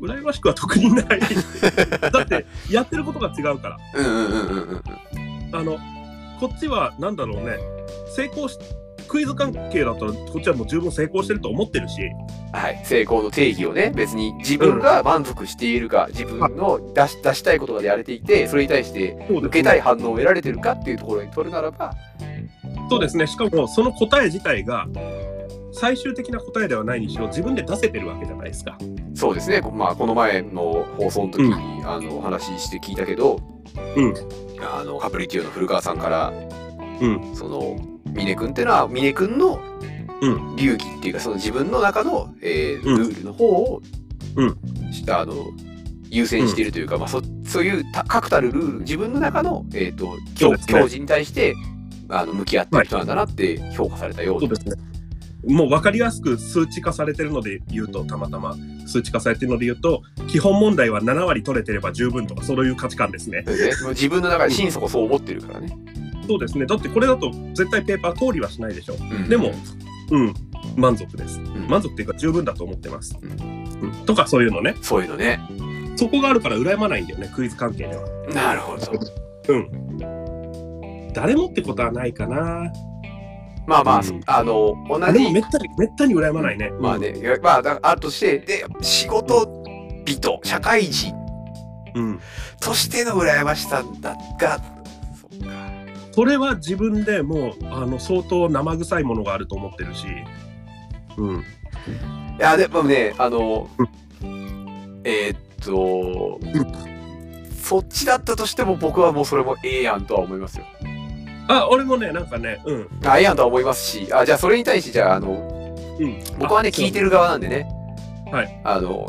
Speaker 2: 羨ましくは特にない だってやってることが違うから
Speaker 1: あ。うんうんうんうんうん。
Speaker 2: あのこっちはなんだろうね成功しクイズ関係だったらこっちはもう十分成功してると思ってるし
Speaker 1: はい、成功の定義をね別に自分が満足しているか、自分の出し出したいことがやれていてそれに対して
Speaker 2: そうですね
Speaker 1: 受けたい反応を得られてるかっていうところに取るならば
Speaker 2: そうですね。しかもその答え自体が最終的な答えではないにしろ自分で出せてるわけじゃないですか。
Speaker 1: そうですね、まあ、この前の放送の時に、あのお話しして聞いたけど、
Speaker 2: うん
Speaker 1: あのカプリキューの古川さんから、
Speaker 2: うん
Speaker 1: その峰君ってのは峰君の
Speaker 2: う
Speaker 1: 流儀っていうかその自分の中の、えー
Speaker 2: うん
Speaker 1: ルールの方を、
Speaker 2: うん
Speaker 1: あの優先しているというか、まあ、そそういうた確たるルール自分の中の、えー、と
Speaker 2: そ
Speaker 1: 教
Speaker 2: うですね
Speaker 1: 教授に対してあの向き合ってる人なんだなって評価されたよう
Speaker 2: そう
Speaker 1: で
Speaker 2: ですね。もう分かりやすく数値化されてるので言うとたまたま数値化されてるので言うと基本問題は7割取れてれば十分とかそういう価値観ですね。
Speaker 1: すね、もう自分の中で心底そう思ってるからね。
Speaker 2: そうですね。だってこれだと絶対ペーパー通りはしないでしょ。
Speaker 1: うん
Speaker 2: でもうん。満足です。
Speaker 1: ん
Speaker 2: 満足っていうか十分だと思ってます。
Speaker 1: う
Speaker 2: うん、とかそういうのね。
Speaker 1: そういうのね。
Speaker 2: そこがあるから羨まないんだよねクイズ関係では。
Speaker 1: なるほど。
Speaker 2: 誰もってことはないかな。
Speaker 1: まあまあ、
Speaker 2: うん
Speaker 1: あの、同
Speaker 2: あでもめ
Speaker 1: じ、
Speaker 2: ったにめったに羨まないね。
Speaker 1: まあね、いやまあ、だあるとして、で、仕事人、社会人
Speaker 2: うん。
Speaker 1: としての羨ましさだが、そうか
Speaker 2: それは自分でもうあの相当生臭いものがあると思ってるし、うん、
Speaker 1: いや、でもね、あの
Speaker 2: う、
Speaker 1: えーっと、そっちだったとしても僕はもうそれもええやんとは思いますよ。
Speaker 2: あ俺もねなんかね、うん、
Speaker 1: あええやんとは思いますし、あ、じゃあそれに対して、じゃあ、あの、
Speaker 2: うん、
Speaker 1: 僕はね
Speaker 2: あそう
Speaker 1: 聞いてる側なんでね、
Speaker 2: はい、
Speaker 1: あの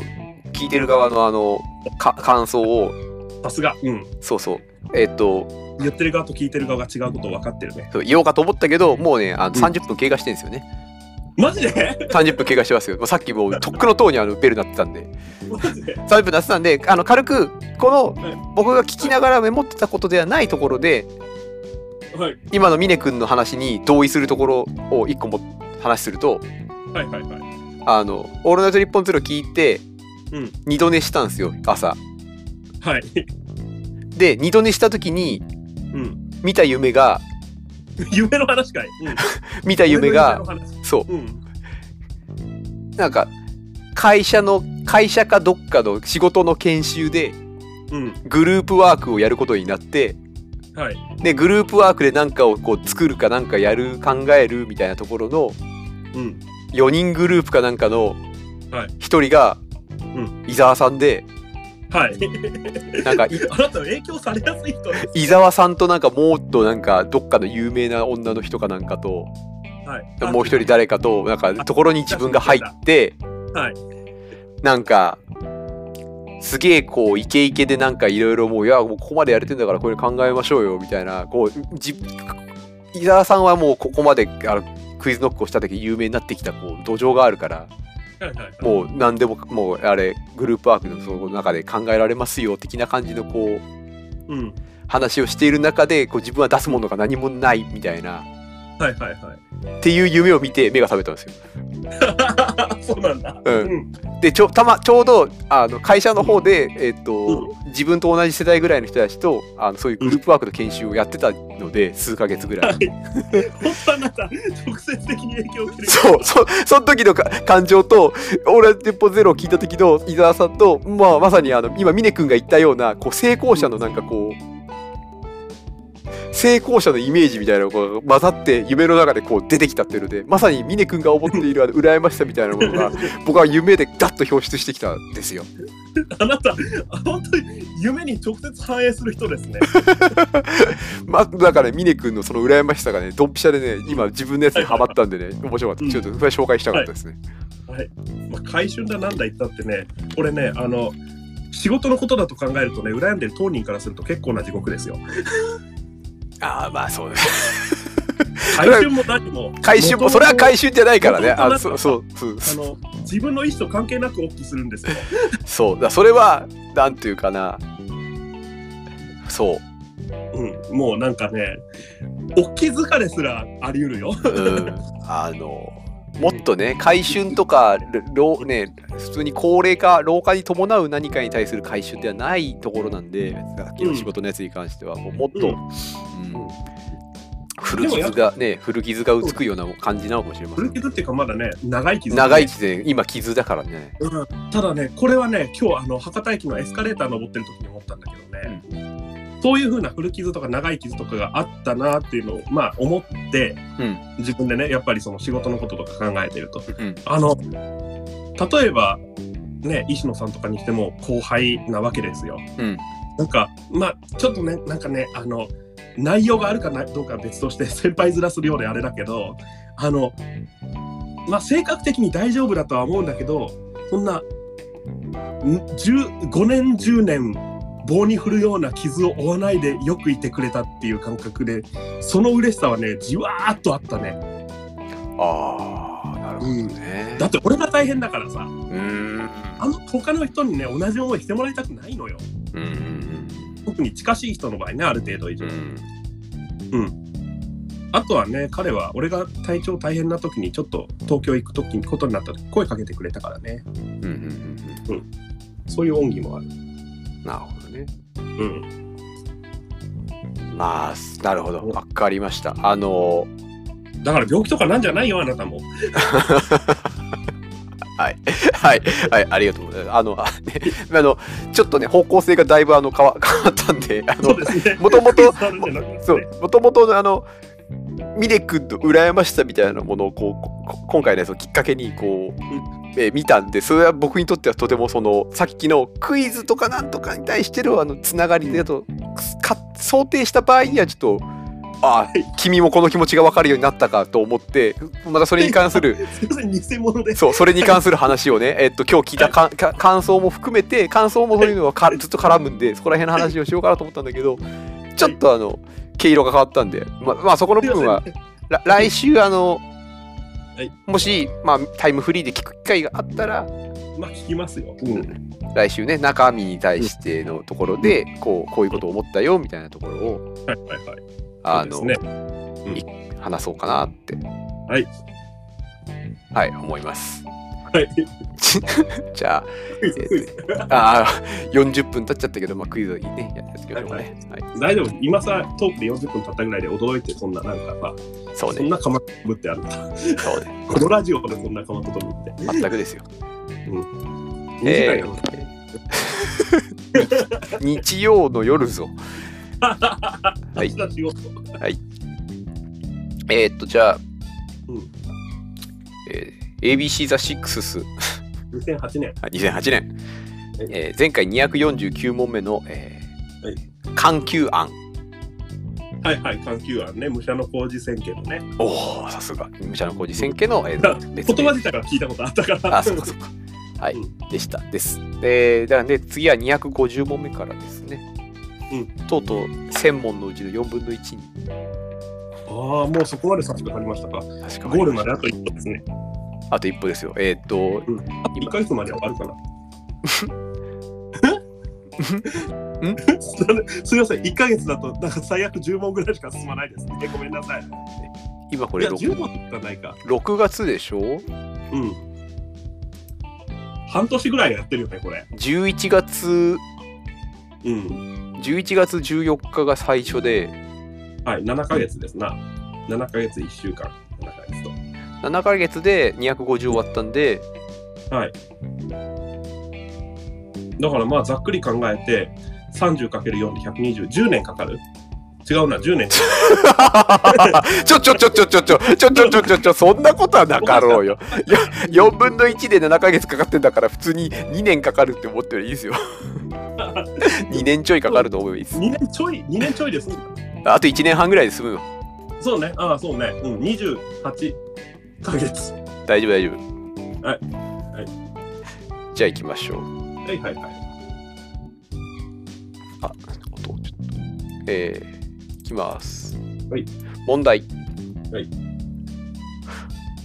Speaker 1: 聞いてる側のあのか感想を
Speaker 2: さすが、うん、
Speaker 1: そうそうえっと
Speaker 2: 言ってる側と聞いてる側が違うこと分かってるね
Speaker 1: そう言おうかと思ったけどもうねあの
Speaker 2: うん
Speaker 1: 30分経過してるんですよね、
Speaker 2: マジで
Speaker 1: 30分経過してますよもうさっきもうとっくの塔にあのベル鳴ってたんで
Speaker 2: マジで
Speaker 1: 30分鳴ってたんであの軽くこ
Speaker 2: はい
Speaker 1: の僕が聞きながらメモってたことではないところで
Speaker 2: はい
Speaker 1: 今の峰君の話に同意するところを1個も話すると
Speaker 2: はいはいはい
Speaker 1: あの「オールナイトニッポンゼロ聞いて
Speaker 2: うん
Speaker 1: 二度寝したんですよ朝
Speaker 2: はい、
Speaker 1: で二度寝した時に
Speaker 2: うん、
Speaker 1: 見た夢が
Speaker 2: 夢の話かい、うん、
Speaker 1: 見た 夢が
Speaker 2: 俺の夢の話
Speaker 1: そ
Speaker 2: うん
Speaker 1: うなんか会社の会社かどっかの仕事の研修で
Speaker 2: うん
Speaker 1: グループワークをやることになって
Speaker 2: はい
Speaker 1: でグループワークで何かをこう作るかなんかやる考えるみたいなところの
Speaker 2: うん
Speaker 1: 4人グループかなんかの
Speaker 2: はい
Speaker 1: 1人が
Speaker 2: ん
Speaker 1: 伊沢さんで
Speaker 2: はい
Speaker 1: なんかい
Speaker 2: あなたは影響されやすい人です
Speaker 1: 伊沢さんとなんかもっとなんかどっかの有名な女の人かなんかと
Speaker 2: はい
Speaker 1: もう一人誰かとなんかところに自分が入って、
Speaker 2: はい
Speaker 1: なんかすげえこうイケイケでなんかいろいろもういやもうここまでやれてんだからこれ考えましょうよみたいなこうじ伊沢さんはもうここまであのクイズノックをした時有名になってきたこう土壌があるから
Speaker 2: はいはいはい
Speaker 1: もう何でももうあれグループワークのその中で考えられますよ的な感じのこう
Speaker 2: うん
Speaker 1: 話をしている中でこう自分は出すものが何もないみたいな
Speaker 2: はいはいは
Speaker 1: っていう夢を見て目が覚めたんですよ。
Speaker 2: い。 そうなんだ。
Speaker 1: うん
Speaker 2: ん。
Speaker 1: でちょたまちょうどあの会社の方で、えっと自分と同じ世代ぐらいの人たちとあのそういうグループワークの研修をやってたので数ヶ月ぐらい。
Speaker 2: 本当はなんか直接的に影響を受ける。
Speaker 1: そう、そ、その時のか感情と、俺は鉄砲ゼロを聞いた時の伊沢さんと、まあ、まさにあの、今、峰君が言ったような、こう、成功者のなんかこう、成功者のイメージみたいなのがこう混ざって夢の中でこう出てきたっていうのでまさに峰君が思っているあの羨ましさみたいなもの が僕は夢でガッと表出してきたんですよ。
Speaker 2: あなた、本当に夢に直接反映する人ですね。
Speaker 1: まあ、だからね峰君のその羨ましさがねドンピシャでね今自分のやつにハマったんでね面白かった、
Speaker 2: うん
Speaker 1: ちょっとそれは紹介したかったですね。
Speaker 2: まあ、回春だなんだ言ったってね、これね、あの、仕事のことだと考えるとね、羨んでる当人からすると結構な地獄ですよ。
Speaker 1: ああまあそう
Speaker 2: 回春も何も。
Speaker 1: 回収もそれは回収じゃないからね。
Speaker 2: 元々
Speaker 1: あそうそうそう
Speaker 2: あの自分の意思と関係なく大きくするんですよ。
Speaker 1: そうだそれはなんていうかな。そう
Speaker 2: うん、もうなんかね、大きい疲れすらあり得るよ。
Speaker 1: うんあのもっとね回春とか老ね普通に高齢化老化に伴う何かに対する回春ではないところなんでさっきの仕事のやつに関してはもうもっと、
Speaker 2: う
Speaker 1: うん
Speaker 2: ん
Speaker 1: 古傷がね古傷がうつくような感じなのかもしれませ
Speaker 2: 古
Speaker 1: ん
Speaker 2: 傷っていうかまだね、長い傷、
Speaker 1: 長い期で今傷だからね
Speaker 2: うん、ただね、これはね、今日あの博多駅のエスカレーター登ってる時に思ったんだけどね、そういう風な古傷とか長い傷とかがあったなっていうのを、まあ、思って、
Speaker 1: うん
Speaker 2: 自分でね、やっぱりその仕事のこととか考えてると。
Speaker 1: うん
Speaker 2: あの例えば、ね、石野さんとかにしても後輩なわけですよ。
Speaker 1: うん
Speaker 2: なんか、まあ、ちょっとね、なんかね、あの、内容があるかないどうかは別として、 先輩ずらするようであれだけど、あの、まあ、性格的に大丈夫だとは思うんだけど、そんな、ん10 5年、10年、棒に振るような傷を負わないでよくいてくれたっていう感覚で、その嬉しさはね、じわーっとあったね。
Speaker 1: ああなるほどね
Speaker 2: だって俺が大変だからさ、
Speaker 1: うん
Speaker 2: あの、他の人にね、同じ思いしてもらいたくないのよ。
Speaker 1: うんうん
Speaker 2: 特に近しい人の場合ね、ある程度以
Speaker 1: う
Speaker 2: 上。
Speaker 1: ん
Speaker 2: あとはね、彼は俺が体調大変な時にちょっと東京行く時にことになった時声かけてくれたからね。
Speaker 1: うんうんうんうん
Speaker 2: そういう恩義もある。
Speaker 1: なるほどね
Speaker 2: うん。
Speaker 1: まあなるほどわかりましたあの
Speaker 2: だから病気とかなんじゃないよ、あなたも。
Speaker 1: はいはいはいありがとうございますあのあ,、ね、あのちょっとね方向性がだいぶあの変わ 変わったんであ
Speaker 2: そ
Speaker 1: の
Speaker 2: うですね。
Speaker 1: もともと
Speaker 2: そうなんじゃなくて
Speaker 1: そうもともとのあのミネ君の羨ましさみたいなものをこうこ今回のやつをきっかけにこう、えー見たんでそれは僕にとってはとてもそのさっきのクイズとかなんとかに対してのあのつながりだとか想定した場合にはちょっとああ君もこの気持ちが分かるようになったかと思ってまたそれに関する
Speaker 2: すいません、偽物です。
Speaker 1: そう、それに関する話を ね、えっと、今日聞いたかか感想も含めて、感想もそういうのがか ずっと絡むんで、そこら辺の話をしようかなと思ったんだけど、ちょっとあの、毛色が変わったんで、ままあ、そこの
Speaker 2: すい
Speaker 1: 部
Speaker 2: ません
Speaker 1: 分は、ら来週、あの
Speaker 2: はい、
Speaker 1: もし、まあ、タイムフリーで聞く機会があったら、
Speaker 2: まあ、聞きますよ。うん。
Speaker 1: 来週ね、中身に対してのところで、こう、こういうことを思ったよ、みたいなところを、
Speaker 2: はいはいはい。
Speaker 1: あ
Speaker 2: そ
Speaker 1: の
Speaker 2: う、です
Speaker 1: 話そうかなって、
Speaker 2: はい。
Speaker 1: はい、思います。
Speaker 2: はい。
Speaker 1: じゃあ、ああ、40分経っちゃったけど、まあ、クイズいいね、やっていきましょうかね。はい、
Speaker 2: 大丈夫。今さ、トークで40分経ったぐらいで驚いて、そんななんかさ、
Speaker 1: そう
Speaker 2: そん
Speaker 1: ね、
Speaker 2: なかまっぶってある。
Speaker 1: そうね、
Speaker 2: このラジオでそんなかまっぶって。
Speaker 1: 全くですよ。
Speaker 2: 短い
Speaker 1: え
Speaker 2: よ
Speaker 1: ー 日曜の夜 ぞ。はい
Speaker 2: 明日しよう
Speaker 1: えー、っと、じゃあ、
Speaker 2: うん
Speaker 1: えー ABC ザ・シックスス、
Speaker 2: 2008年。
Speaker 1: あ2008年、
Speaker 2: はい
Speaker 1: えー前回249問目の、えー
Speaker 2: はい
Speaker 1: 緩急案。
Speaker 2: はいはい、環球案ね、武者の工事選挙のね、
Speaker 1: おお、さすが、武者の工事選家の、え
Speaker 2: だ
Speaker 1: ー、別名
Speaker 2: 言葉自体から聞いたことあったから。
Speaker 1: あ、そうかそうか。はい、
Speaker 2: う
Speaker 1: でした。です。で、だからね、次は250問目からですね。
Speaker 2: う
Speaker 1: とうとう1000問のうちの4分の1に
Speaker 2: ああ、もうそこまで差し掛かりましたか。
Speaker 1: 確か
Speaker 2: ゴールまであと一歩ですね。
Speaker 1: あと一歩ですよ。えーっと、
Speaker 2: あと1ヶ月まではあるか な。
Speaker 1: ん
Speaker 2: すみません、1ヶ月だとなんか最悪10問ぐらいしか進まないですね。ごめんなさい。
Speaker 1: 今こ
Speaker 2: い
Speaker 1: れ
Speaker 2: や、10
Speaker 1: 6,
Speaker 2: 万じゃないか。
Speaker 1: 6月でしょ
Speaker 2: うん。半年ぐらいやってるよね、これ。
Speaker 1: 11月
Speaker 2: うん。
Speaker 1: 11月14日が最初で
Speaker 2: はい、7ヶ月ですな。7ヶ月1週間。7ヶ月と。
Speaker 1: 7ヶ月で250終わったんで
Speaker 2: だからまあざっくり考えて 30×4 で120 10年かかる違うな10年
Speaker 1: ちょちょちょちょちょちょちょちょちょちょちょそんなことはなかろうよよ4分の1で7ヶ月かかってんだから普通に2年かかるって思ってるいいですよ2年ちょいかかると思います
Speaker 2: 2年ちょい2年ちょいです
Speaker 1: あと1年半ぐらいで済むよ
Speaker 2: そうねああそうねうん28ヶ月は
Speaker 1: 大丈夫大丈夫
Speaker 2: はいは
Speaker 1: じゃあ行きましょう
Speaker 2: いはいはい
Speaker 1: 音をちょっとえー、いきます
Speaker 2: はい
Speaker 1: 問題
Speaker 2: はい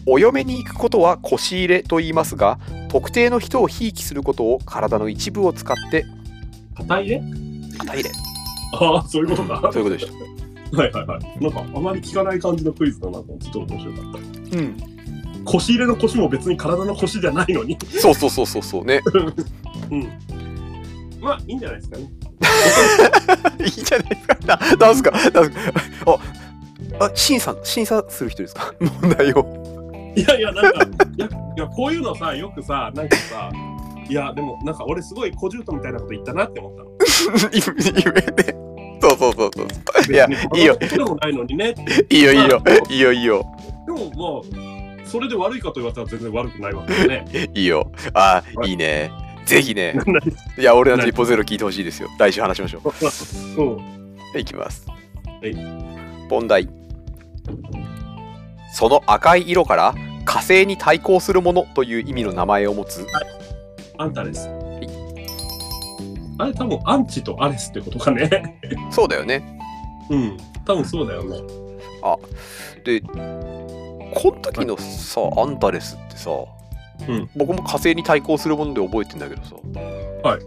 Speaker 1: お嫁に行くことは腰入れと言いますが特定の人をひいきすることを体の一部を使って
Speaker 2: 硬いね
Speaker 1: 肩入れ
Speaker 2: ああそういうことか
Speaker 1: そういうことでし
Speaker 2: はいはいはいなんかあまり聞かない感じのクイズだなと思ってちょっと面白かった
Speaker 1: たうん
Speaker 2: 腰入れの腰も別に体の腰じゃないのに
Speaker 1: そうそうそうそうそうね
Speaker 2: うん まあいいんじゃないですかね
Speaker 1: いいじゃないですかななんすかなんすかああ審査審査する人ですか問題 を
Speaker 2: いやいや、なんか、 いや、いやこういうのさ、よくさ、なんかさ、いや、でも、なんか俺すごい小獣みたいなこと言ったなって思ったの。
Speaker 1: 夢でそうそうそうそういや
Speaker 2: 別に
Speaker 1: いいよ。
Speaker 2: そんなことでもないのにねって。
Speaker 1: いいよいいよいいよいいよ
Speaker 2: でも、まあ、それで悪いかと言われたら全然悪くないわけだね。
Speaker 1: いいよ。あ
Speaker 2: は
Speaker 1: ー、
Speaker 2: い
Speaker 1: いいね。ぜひね。
Speaker 2: 何
Speaker 1: いや、俺たち
Speaker 2: 何
Speaker 1: 一歩ゼロ聞いてほしいですよ。来週話しましょ
Speaker 2: うん。
Speaker 1: う。いきます。
Speaker 2: い
Speaker 1: 問題。その赤い色から火星に対抗するものという意味の名前を持つ。
Speaker 2: あんたです。あれ、多分、アンチとアレスってことかね。
Speaker 1: そうだよね。
Speaker 2: うん。多分そうだよね。
Speaker 1: で、この時のさ、アンタレスってさ、
Speaker 2: うん
Speaker 1: 僕も火星に対抗するもので覚えてんだけどさ、
Speaker 2: はい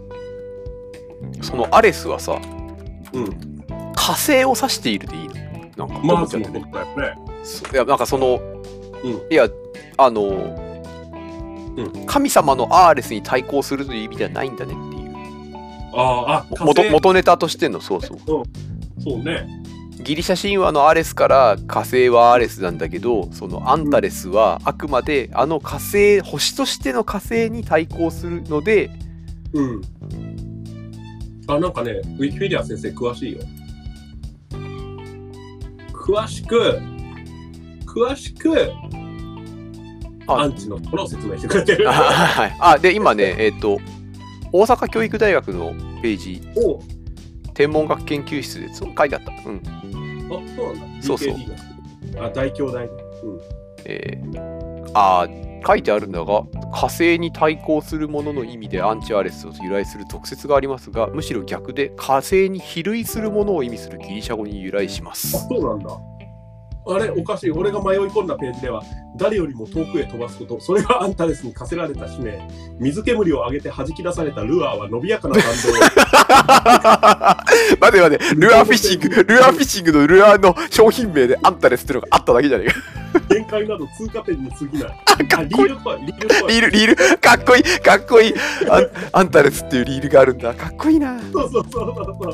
Speaker 1: そのアレスはさ、
Speaker 2: うん。
Speaker 1: 火星を指しているでいいのなんか
Speaker 2: マ
Speaker 1: 思っ
Speaker 2: ー
Speaker 1: ち
Speaker 2: ズ
Speaker 1: ゃって
Speaker 2: のこ
Speaker 1: ね
Speaker 2: とだよね。
Speaker 1: そいやなんかその、
Speaker 2: うん
Speaker 1: いやあの、神様のアーレスに対抗するという意味ではないんだねっていう
Speaker 2: あーあ、火
Speaker 1: 元
Speaker 2: 星
Speaker 1: 元ネタとしてのそうそう
Speaker 2: そうね。
Speaker 1: ギリシャ神話のアーレスから火星はアーレスなんだけどそのアンタレスはあくまであの火星星としての火星に対抗するので
Speaker 2: うん。あ、なんかね、ウィキペディア先生詳しいよ。詳しく、詳しく、
Speaker 1: あ
Speaker 2: アンチのところを説明してくれてる
Speaker 1: あ。 はいあで今ねえっ、と大阪教育大学のページ
Speaker 2: おう
Speaker 1: 天文学研究室でそう書いてあった、うん
Speaker 2: あ、そうなんだ。
Speaker 1: そうそう
Speaker 2: DKD があ、大京大。
Speaker 1: えーあー書いてあるんだが火星に対抗するものの意味でアンチアレスと由来する特説がありますがむしろ逆で火星に比類するものを意味するギリシャ語に由来しま
Speaker 2: あ、
Speaker 1: す
Speaker 2: そうなんだ。あれ、おかしい。俺が迷い込んだページでは、誰よりも遠くへ飛ばすこと、それがアンタレスに課せられた使命、水煙を上げて弾き出されたルアーは伸びやかな感動を。
Speaker 1: 待て待てルアーフィッシングルアーフィッシングのルアーの商品名でアンタレスってのがあっただけじゃねえか
Speaker 2: 限界など通過点に過ぎない。
Speaker 1: か
Speaker 2: あ
Speaker 1: っ
Speaker 2: リ
Speaker 1: こ
Speaker 2: ー
Speaker 1: いい
Speaker 2: ルっぽい、リールっぽい
Speaker 1: リ。ールリールかっこいいかっこいいアンアンタレスっていうリールがあるんだかっこいいな
Speaker 2: そうそうそうそうそう。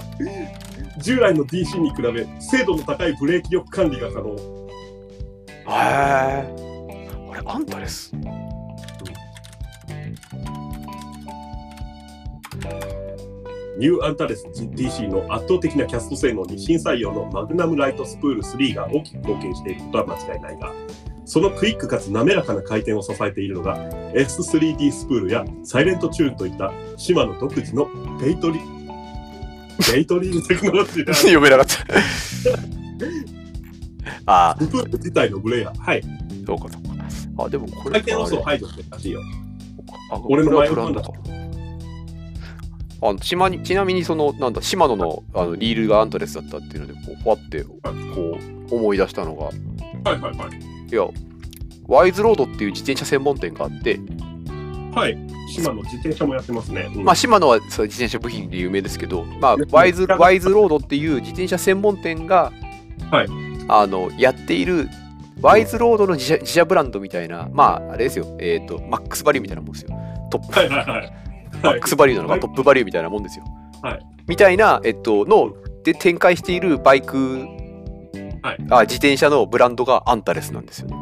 Speaker 2: 従来の DC に比べ、精度の高いブレーキ力管理が可能。
Speaker 1: へえあれアンタレス
Speaker 2: ニューアンタレス DC の圧倒的なキャスト性能に新採用のマグナムライトスプール3が大きく貢献していることは間違いないが、そのクイックかつ滑らかな回転を支えているのが S3D スプールやサイレントチューンといった島の独自のペイトリ、ペイトリールテクノロジーである
Speaker 1: 読めなかった ああ
Speaker 2: スプール自体のブレや、はい、
Speaker 1: そうかそうか。あ、でもこれ
Speaker 2: 回転要素を排除してるらしいよ。
Speaker 1: あこれ
Speaker 2: 俺の
Speaker 1: は
Speaker 2: 前
Speaker 1: プランドか。あの島にちなみにそのなんだシマノのあのリールがアントレスだったっていうのでこうふわってこう思い出したのが
Speaker 2: はいはいはい。
Speaker 1: いやワイズロードっていう自転車専門店があって、
Speaker 2: はい、島の自転車もやってますね。うん
Speaker 1: まあ、シマノはそう自転車部品で有名ですけど、まあ
Speaker 2: うん、
Speaker 1: ワイズワイズロードっていう自転車専門店が、
Speaker 2: はい
Speaker 1: あのやっているワイズロードの自社自社ブランドみたいな、まあ、あれですよ、えっ、と、マックスバリューみたいなもんですよ。トップ、
Speaker 2: はいはいはい。
Speaker 1: マックスバリューなの
Speaker 2: は
Speaker 1: か、ト
Speaker 2: い
Speaker 1: ップバリューみたいなもんですよ。
Speaker 2: はい
Speaker 1: みたいな、えっと、の、で展開しているバイク、
Speaker 2: はい
Speaker 1: あ自転車のブランドがアンタレスなんですよね。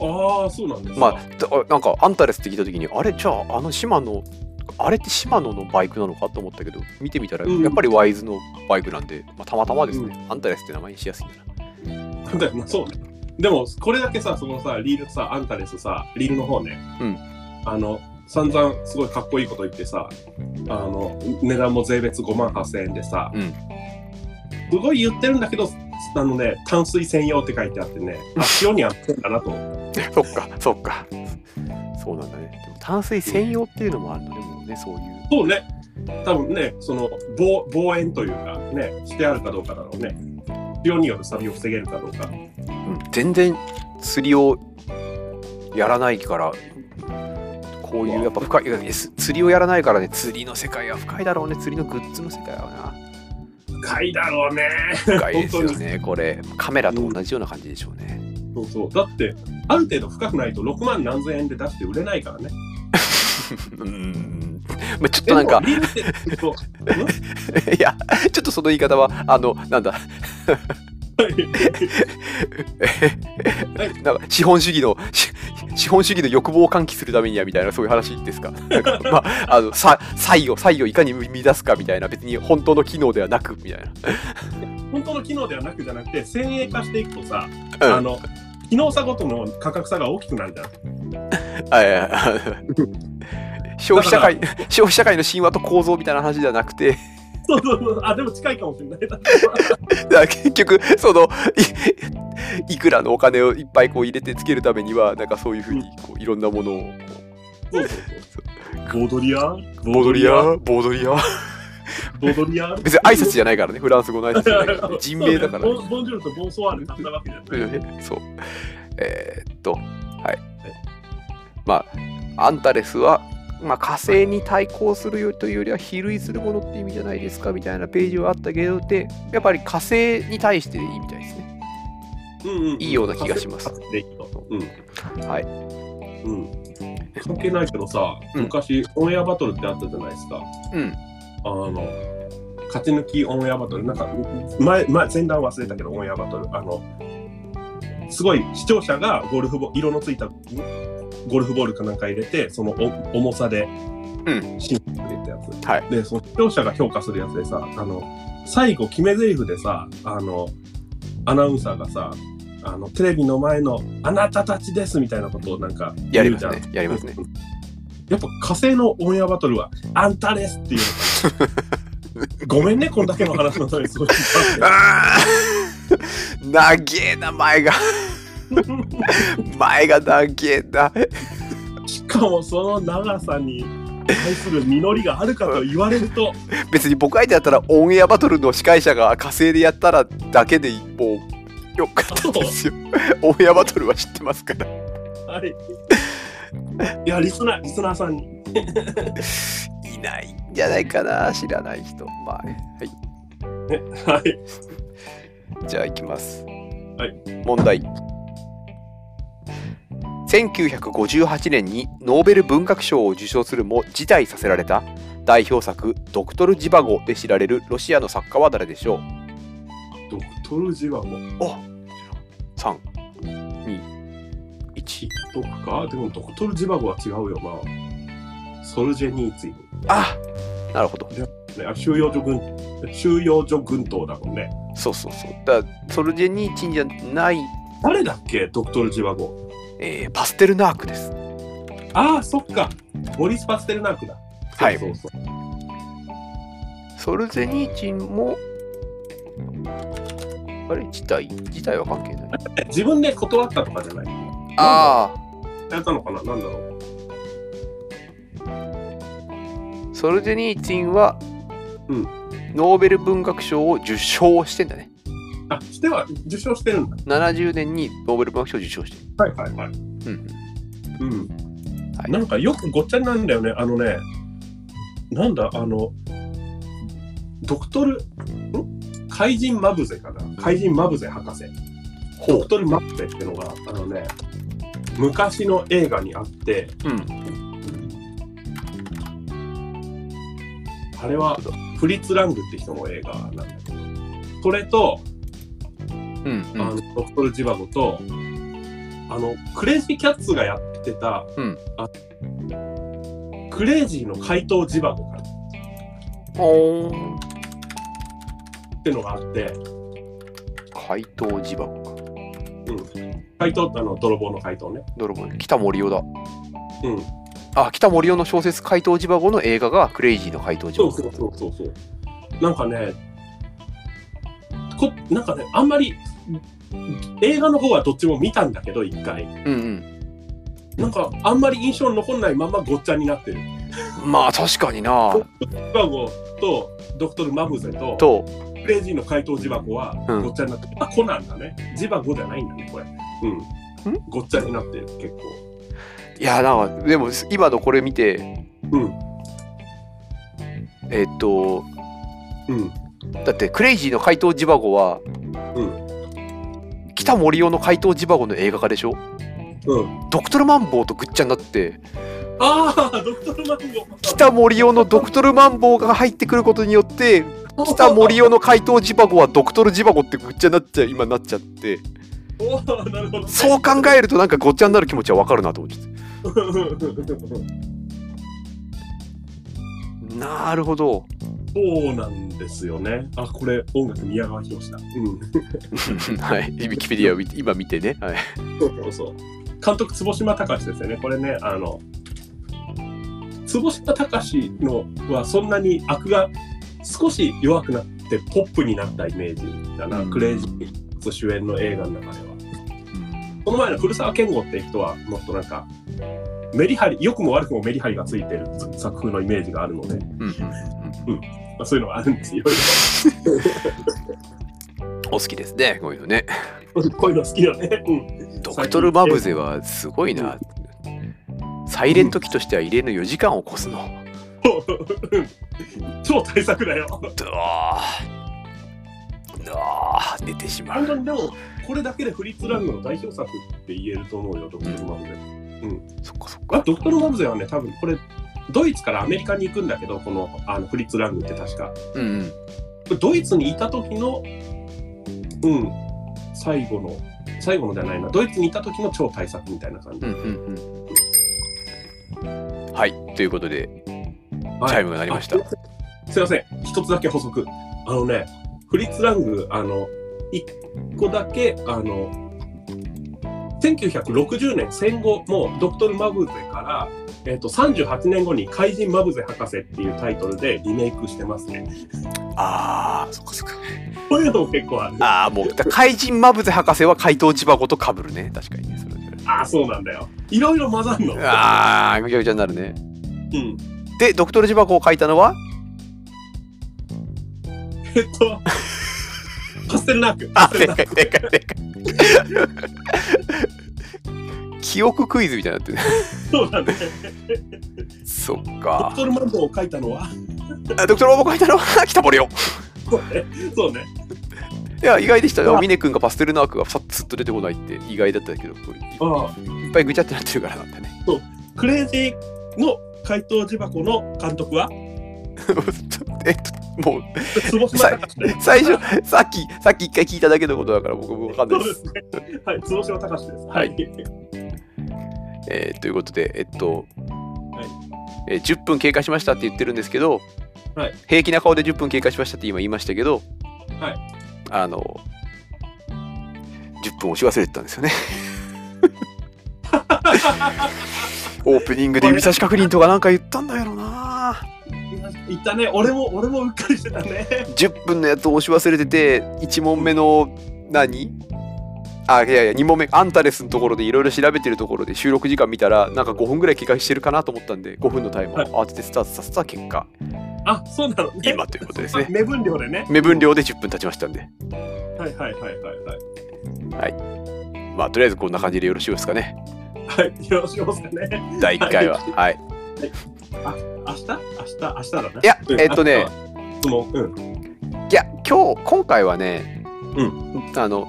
Speaker 2: ああ、そうなんですか。
Speaker 1: まあ、だなんかアンタレスって聞いた時にあれじゃああの島のあれって島野のバイクなのかと思ったけど見てみたら
Speaker 2: うん
Speaker 1: やっぱりワイズのバイクなんで、まあ、たまたまですね、アンタレスって名前にしやすいんだな
Speaker 2: だよなそうね。でも、これだけさ、そのさ、リールさ、アンタレスさ、リールの方ね、
Speaker 1: うん
Speaker 2: あの、散々すごいかっこいいこと言ってさ、あの、値段も税別5万8000円でさ、
Speaker 1: うん
Speaker 2: すごい言ってるんだけど、あのね、淡水専用って書いてあってね、あ、塩に合ってんだなと。
Speaker 1: そっかそっかそうなんだねでも淡水専用っていうのもあるのねもうねそういう
Speaker 2: そうね。多分ね、その防防炎というか、ね、してあるかどうかだろうね。塩によるサビを防げるかどうか。
Speaker 1: うん全然釣りをやらないからこういうやっぱ深いいやえす釣りをやらないからね釣りの世界は深いだろうね釣りのグッズの世界 はな
Speaker 2: 深いだろうね。
Speaker 1: 深いですよねこれカメラと同じような感じでしょうね、
Speaker 2: そうそう。だって、ある程度深くないと6万何千円で出して売れないからね。
Speaker 1: うん まあ、ちょっとなんか
Speaker 2: で、もリールってそう
Speaker 1: いや、ちょっとその言い方は、あの、なんだ、 なんか資本主義の、し資本主義の欲望を喚起するためにはみたいな、そういう話ですか。なんかまあ、あの、さ、才を、才をいかに見出すかみたいな、別に本当の機能ではなくみたいな。
Speaker 2: 本当の機能ではなくじゃなくて、先鋭化していくとさ、
Speaker 1: うん
Speaker 2: あの、機能差ごとの価格差が大きくなるじゃん。
Speaker 1: はいはいはい消費社会、消費社会の神話と構造みたいな話ではなくて、
Speaker 2: そうそうそう。あ、でも近いかもしれない。
Speaker 1: だから結局、その、いいくらのお金をいっぱいこう入れてつけるためには、なんかそういうふうに、こういろんなものをこう
Speaker 2: そうそうそう。ボードリア
Speaker 1: ボードリアーボードリアー
Speaker 2: ボードリア
Speaker 1: 別に挨拶じゃないからねフランス語の挨拶じゃないから、ね、人名だから、
Speaker 2: ボンボンジュールとボンソワール買ったわけじゃない。
Speaker 1: ね、そうえーっとはいまあアンタレスは、まあ、火星に対抗するよというよりは比類するものって意味じゃないですかみたいなページはあったけどでやっぱり火星に対してでいいみたいですね
Speaker 2: うんうん
Speaker 1: いいような気がします
Speaker 2: でいいとうん。
Speaker 1: はい
Speaker 2: うん。関係ないけどさ、
Speaker 1: うん
Speaker 2: 昔オンエアバトルってあったじゃないですか。
Speaker 1: うん
Speaker 2: あの、勝ち抜きオンエアバトル、なんか、前、前、前段忘れたけど、オンエアバトル。あの、すごい視聴者がゴルフボ色のついたゴルフボールかなんか入れて、そのお重さで、
Speaker 1: うん
Speaker 2: シンプルってやつ。
Speaker 1: はい
Speaker 2: で、その視聴者が評価するやつでさ、あの、最後、決め台詞でさ、あの、アナウンサーがさ、あの、テレビの前のあなたたちですみたいなことをなんか
Speaker 1: や
Speaker 2: 言
Speaker 1: り
Speaker 2: う
Speaker 1: ま
Speaker 2: じ
Speaker 1: す
Speaker 2: ゃん。
Speaker 1: ねやりますね
Speaker 2: やっぱ火星のオンエアバトルはあんたですっていうのかなごめんね、こんだけの話のためにすごい引っ張っ
Speaker 1: あー なげえな前が前がなげえな
Speaker 2: て。しかもその長さに対する実りがあるかと言われると、
Speaker 1: 別に僕相手だったらオンエアバトルの司会者が火星でやったらだけでもうよかったですよ。オンエアバトルは知ってますから。
Speaker 2: あれ。いや、リスナー、リスナーさんに。
Speaker 1: いないんじゃないかな知らない人。まあ、はい。
Speaker 2: はい。
Speaker 1: じゃあ行きます。
Speaker 2: はい
Speaker 1: 問題。1958年にノーベル文学賞を受賞するも辞退させられた代表作「ドクトル・ジバゴ」で知られるロシアの作家は誰でしょう
Speaker 2: ドクトルジはもう、
Speaker 1: ?321
Speaker 2: どっかでもドクトルジバゴは違うよな。ソルジェニーツィ
Speaker 1: あなるほど
Speaker 2: ね、あ収容所軍、収容所軍島だもんね。
Speaker 1: そうそうそう。だからソルジェニーチンじゃない、
Speaker 2: 誰だっけ、ドクトルジバゴ。
Speaker 1: えーパステルナークです。
Speaker 2: ああ、そっか。モリス・パステルナークだ。
Speaker 1: はい
Speaker 2: そうそうそう
Speaker 1: ソルジェニーチンも、あれ自体自体は関係ない。
Speaker 2: え自分で断ったとかじゃない。
Speaker 1: あ
Speaker 2: やったのかななんだろう。
Speaker 1: あ、ソルジェニーチンは、
Speaker 2: うん
Speaker 1: ノーベル文学賞を受賞してんだね。
Speaker 2: あ、しては受賞してるんだ。
Speaker 1: 70年にノーベル文学賞を受賞してる。
Speaker 2: はいはいはい。
Speaker 1: うん、
Speaker 2: うん。
Speaker 1: はい
Speaker 2: なんかよくごっちゃになるんだよね。あのね、なんだ、あの、ドクトル、ん怪人マブゼかな。怪人マブゼ博士。
Speaker 1: ほう
Speaker 2: 鳥取マッペってのが、あのね、昔の映画にあって、
Speaker 1: うん
Speaker 2: あれはフリッツ・ラングって人の映画なんだけど、それと、
Speaker 1: うんう
Speaker 2: あの
Speaker 1: ん
Speaker 2: ドクトル・ジバゴと、あの、クレイジー・キャッツがやってた、
Speaker 1: うん
Speaker 2: あクレイジーの怪盗ジバゴかな
Speaker 1: ほ
Speaker 2: ってのがあって、
Speaker 1: 怪盗自爆か
Speaker 2: 怪盗ってあの、泥棒の怪盗ね。
Speaker 1: 泥棒北森夫だ
Speaker 2: うん。
Speaker 1: あ北森夫の小説「怪盗自爆」の映画がクレイジーの怪盗自
Speaker 2: そ
Speaker 1: 爆
Speaker 2: うそうそうそうそう。なんかね、こなんかね、あんまり、映画の方はどっちも見たんだけど、一回。
Speaker 1: うん
Speaker 2: なんか、あんまり印象に残んないままごっちゃになってる。
Speaker 1: うんまあ確かにな
Speaker 2: ジバゴと、ドクトル・マブゼと、
Speaker 1: と
Speaker 2: クレイジーの怪盗ジバゴは
Speaker 1: うん
Speaker 2: ごっちゃになってる。あ、コナンだね。ジバゴじゃないんだね、これ。うん。ごっちゃになってる、結構。
Speaker 1: いやなんかでも今のこれ見て
Speaker 2: うん。
Speaker 1: えっと
Speaker 2: うん。
Speaker 1: だってクレイジーの怪盗ジバゴは、北森夫の怪盗ジバゴの映画化でしょ
Speaker 2: うん。
Speaker 1: ドクトルマンボウとぐっちゃになって
Speaker 2: ああ、ドクトル・マブゼ。
Speaker 1: 北森夫のドクトルマンボウが入ってくることによ って北森夫の怪盗ジバゴはドクトルジバゴってぐっちゃになっちゃう今なっちゃって
Speaker 2: おーなるほど。
Speaker 1: そう考えるとなんかごっちゃになる気持ちはわかるなと思ってなるほど
Speaker 2: そうなんですよね。あ、これ音楽宮川博士だ。うん。
Speaker 1: はいウィキペディアを見て今見てね、はい、
Speaker 2: そうそう。監督坪島隆ですよね。これね、あの坪島隆のはそんなに悪が少し弱くなってポップになったイメージだな。
Speaker 1: うん
Speaker 2: クレイジー主演の映画の中では。この前の古澤健吾って人はもっとなんか。メリハリ良くも悪くもメリハリがついてる作風のイメージがあるので、ま
Speaker 1: うんうん
Speaker 2: あ、そういうのがあるんですよ。
Speaker 1: お好きですねこういうのね
Speaker 2: こういうの好きよね。うん
Speaker 1: ドクトル・マブゼはすごいなサイレント期としては異例の4時間を超すの
Speaker 2: 超対策だよ。
Speaker 1: うわーうわー寝てしま
Speaker 2: 本当
Speaker 1: う
Speaker 2: にでも、これだけでフリッツ・ラングの代表作って言えると思うよ、ドクトル・マブゼ。
Speaker 1: そっかそっ
Speaker 2: あ
Speaker 1: か
Speaker 2: ドクトル・マブゼはね、多分これ、ドイツからアメリカに行くんだけど、このあのフリッツ・ラングって確か。
Speaker 1: うんうん
Speaker 2: ドイツにいた時の、うん、最後の、最後のじゃないな、ドイツにいた時の超大作みたいな感じ。
Speaker 1: うんうんうんはいということで
Speaker 2: はい
Speaker 1: チャイムが鳴りました
Speaker 2: あすいません、一つだけ補足。あのね、フリッツ・ラング、あの、一個だけ、あの、1960年戦後、もうドクトル・マブゼから、えっと38年後に「怪人マブゼ博士」っていうタイトルでリメイクしてますね。
Speaker 1: あーそっかそっか
Speaker 2: こういうのも結構ある。
Speaker 1: ああもうだ怪人マブゼ博士は怪盗千葉子とかぶるね確かにねそれそれ
Speaker 2: ああ、そうなんだよ。いろいろ混ざんの。
Speaker 1: ああぐちゃぐちゃになるね
Speaker 2: うん、
Speaker 1: でドクトル千葉子を書いたのは
Speaker 2: えっと、カステルナーク。
Speaker 1: あでかいでかいでかい記憶クイズみたいになってる
Speaker 2: そうだね。
Speaker 1: そっ
Speaker 2: ドク
Speaker 1: か
Speaker 2: トル・マンボを書いたのは、
Speaker 1: あドクトルマンボウ書いたの は北森よ
Speaker 2: そうね。そうね。
Speaker 1: いや意外でしたよ
Speaker 2: あ
Speaker 1: 峰君がパステルナークがさっつっと出てこないって意外だったけどこれい
Speaker 2: ああ、
Speaker 1: っぱいぐちゃってなってるからなんだね
Speaker 2: クレイジーの怪盗ジバコの監督は
Speaker 1: えっともう
Speaker 2: 坪島隆です。
Speaker 1: 最初さっきさっき一回聞いただけのことだから僕も分かんな
Speaker 2: そ
Speaker 1: いうで
Speaker 2: ですすね。はい、坪島隆です。はい。
Speaker 1: えーということで、えっと、
Speaker 2: はい
Speaker 1: えー10分経過しましたって言ってるんですけど、
Speaker 2: はい
Speaker 1: 平気な顔で10分経過しましたって今言いましたけど、
Speaker 2: はい
Speaker 1: あの10分押し忘れてたんですよ ね。オープニングで指差し確認とかなんか言ったんだけどな
Speaker 2: 言ったね。俺も、俺もうっかりしてたね。
Speaker 1: 10分のやつを押し忘れてて1問目の何あいやいや2問目アンタレスのところでいろいろ調べてるところで収録時間見たらなんか5分ぐらい経過してるかなと思ったんで5分のタイムを
Speaker 2: はい
Speaker 1: 慌ててスタートさせた結果
Speaker 2: あ、そうなの、ね。
Speaker 1: 今ということですね
Speaker 2: あ目分量でね。
Speaker 1: 目分。量で10分経ちましたんで
Speaker 2: はいはいはいはいはい。
Speaker 1: まあとりあえずこんな感じでよろしいですかね
Speaker 2: はい、よろしいですかね。
Speaker 1: 第1回ははい
Speaker 2: 明日明日明日だね。
Speaker 1: いや
Speaker 2: うん
Speaker 1: えっとね。
Speaker 2: 明日は質問。うん。
Speaker 1: いや今日今回はね
Speaker 2: う
Speaker 1: あの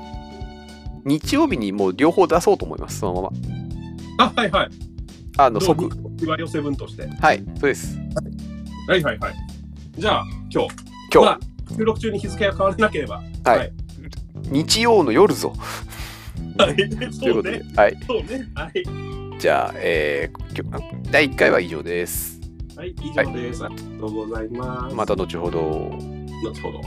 Speaker 1: 日曜日にもう両方出そうと思いますそのま
Speaker 2: あ、はいはい。
Speaker 1: まあの
Speaker 2: ど
Speaker 1: 即
Speaker 2: う日は寄せ分として。
Speaker 1: はいそうです
Speaker 2: はいはいはい。じゃあ、今日。
Speaker 1: 今日、
Speaker 2: まあ、収録中に日付が変わらなければ。は
Speaker 1: はい
Speaker 2: はい
Speaker 1: 日曜の夜ぞ
Speaker 2: い。
Speaker 1: という
Speaker 2: そ
Speaker 1: こ
Speaker 2: う
Speaker 1: とで
Speaker 2: ね。、
Speaker 1: はい、
Speaker 2: そうね。はい。
Speaker 1: じゃあ、えー今日第1回は以上です
Speaker 2: はい、以上です。ありがとうございます。
Speaker 1: また後ほど
Speaker 2: 後ほど。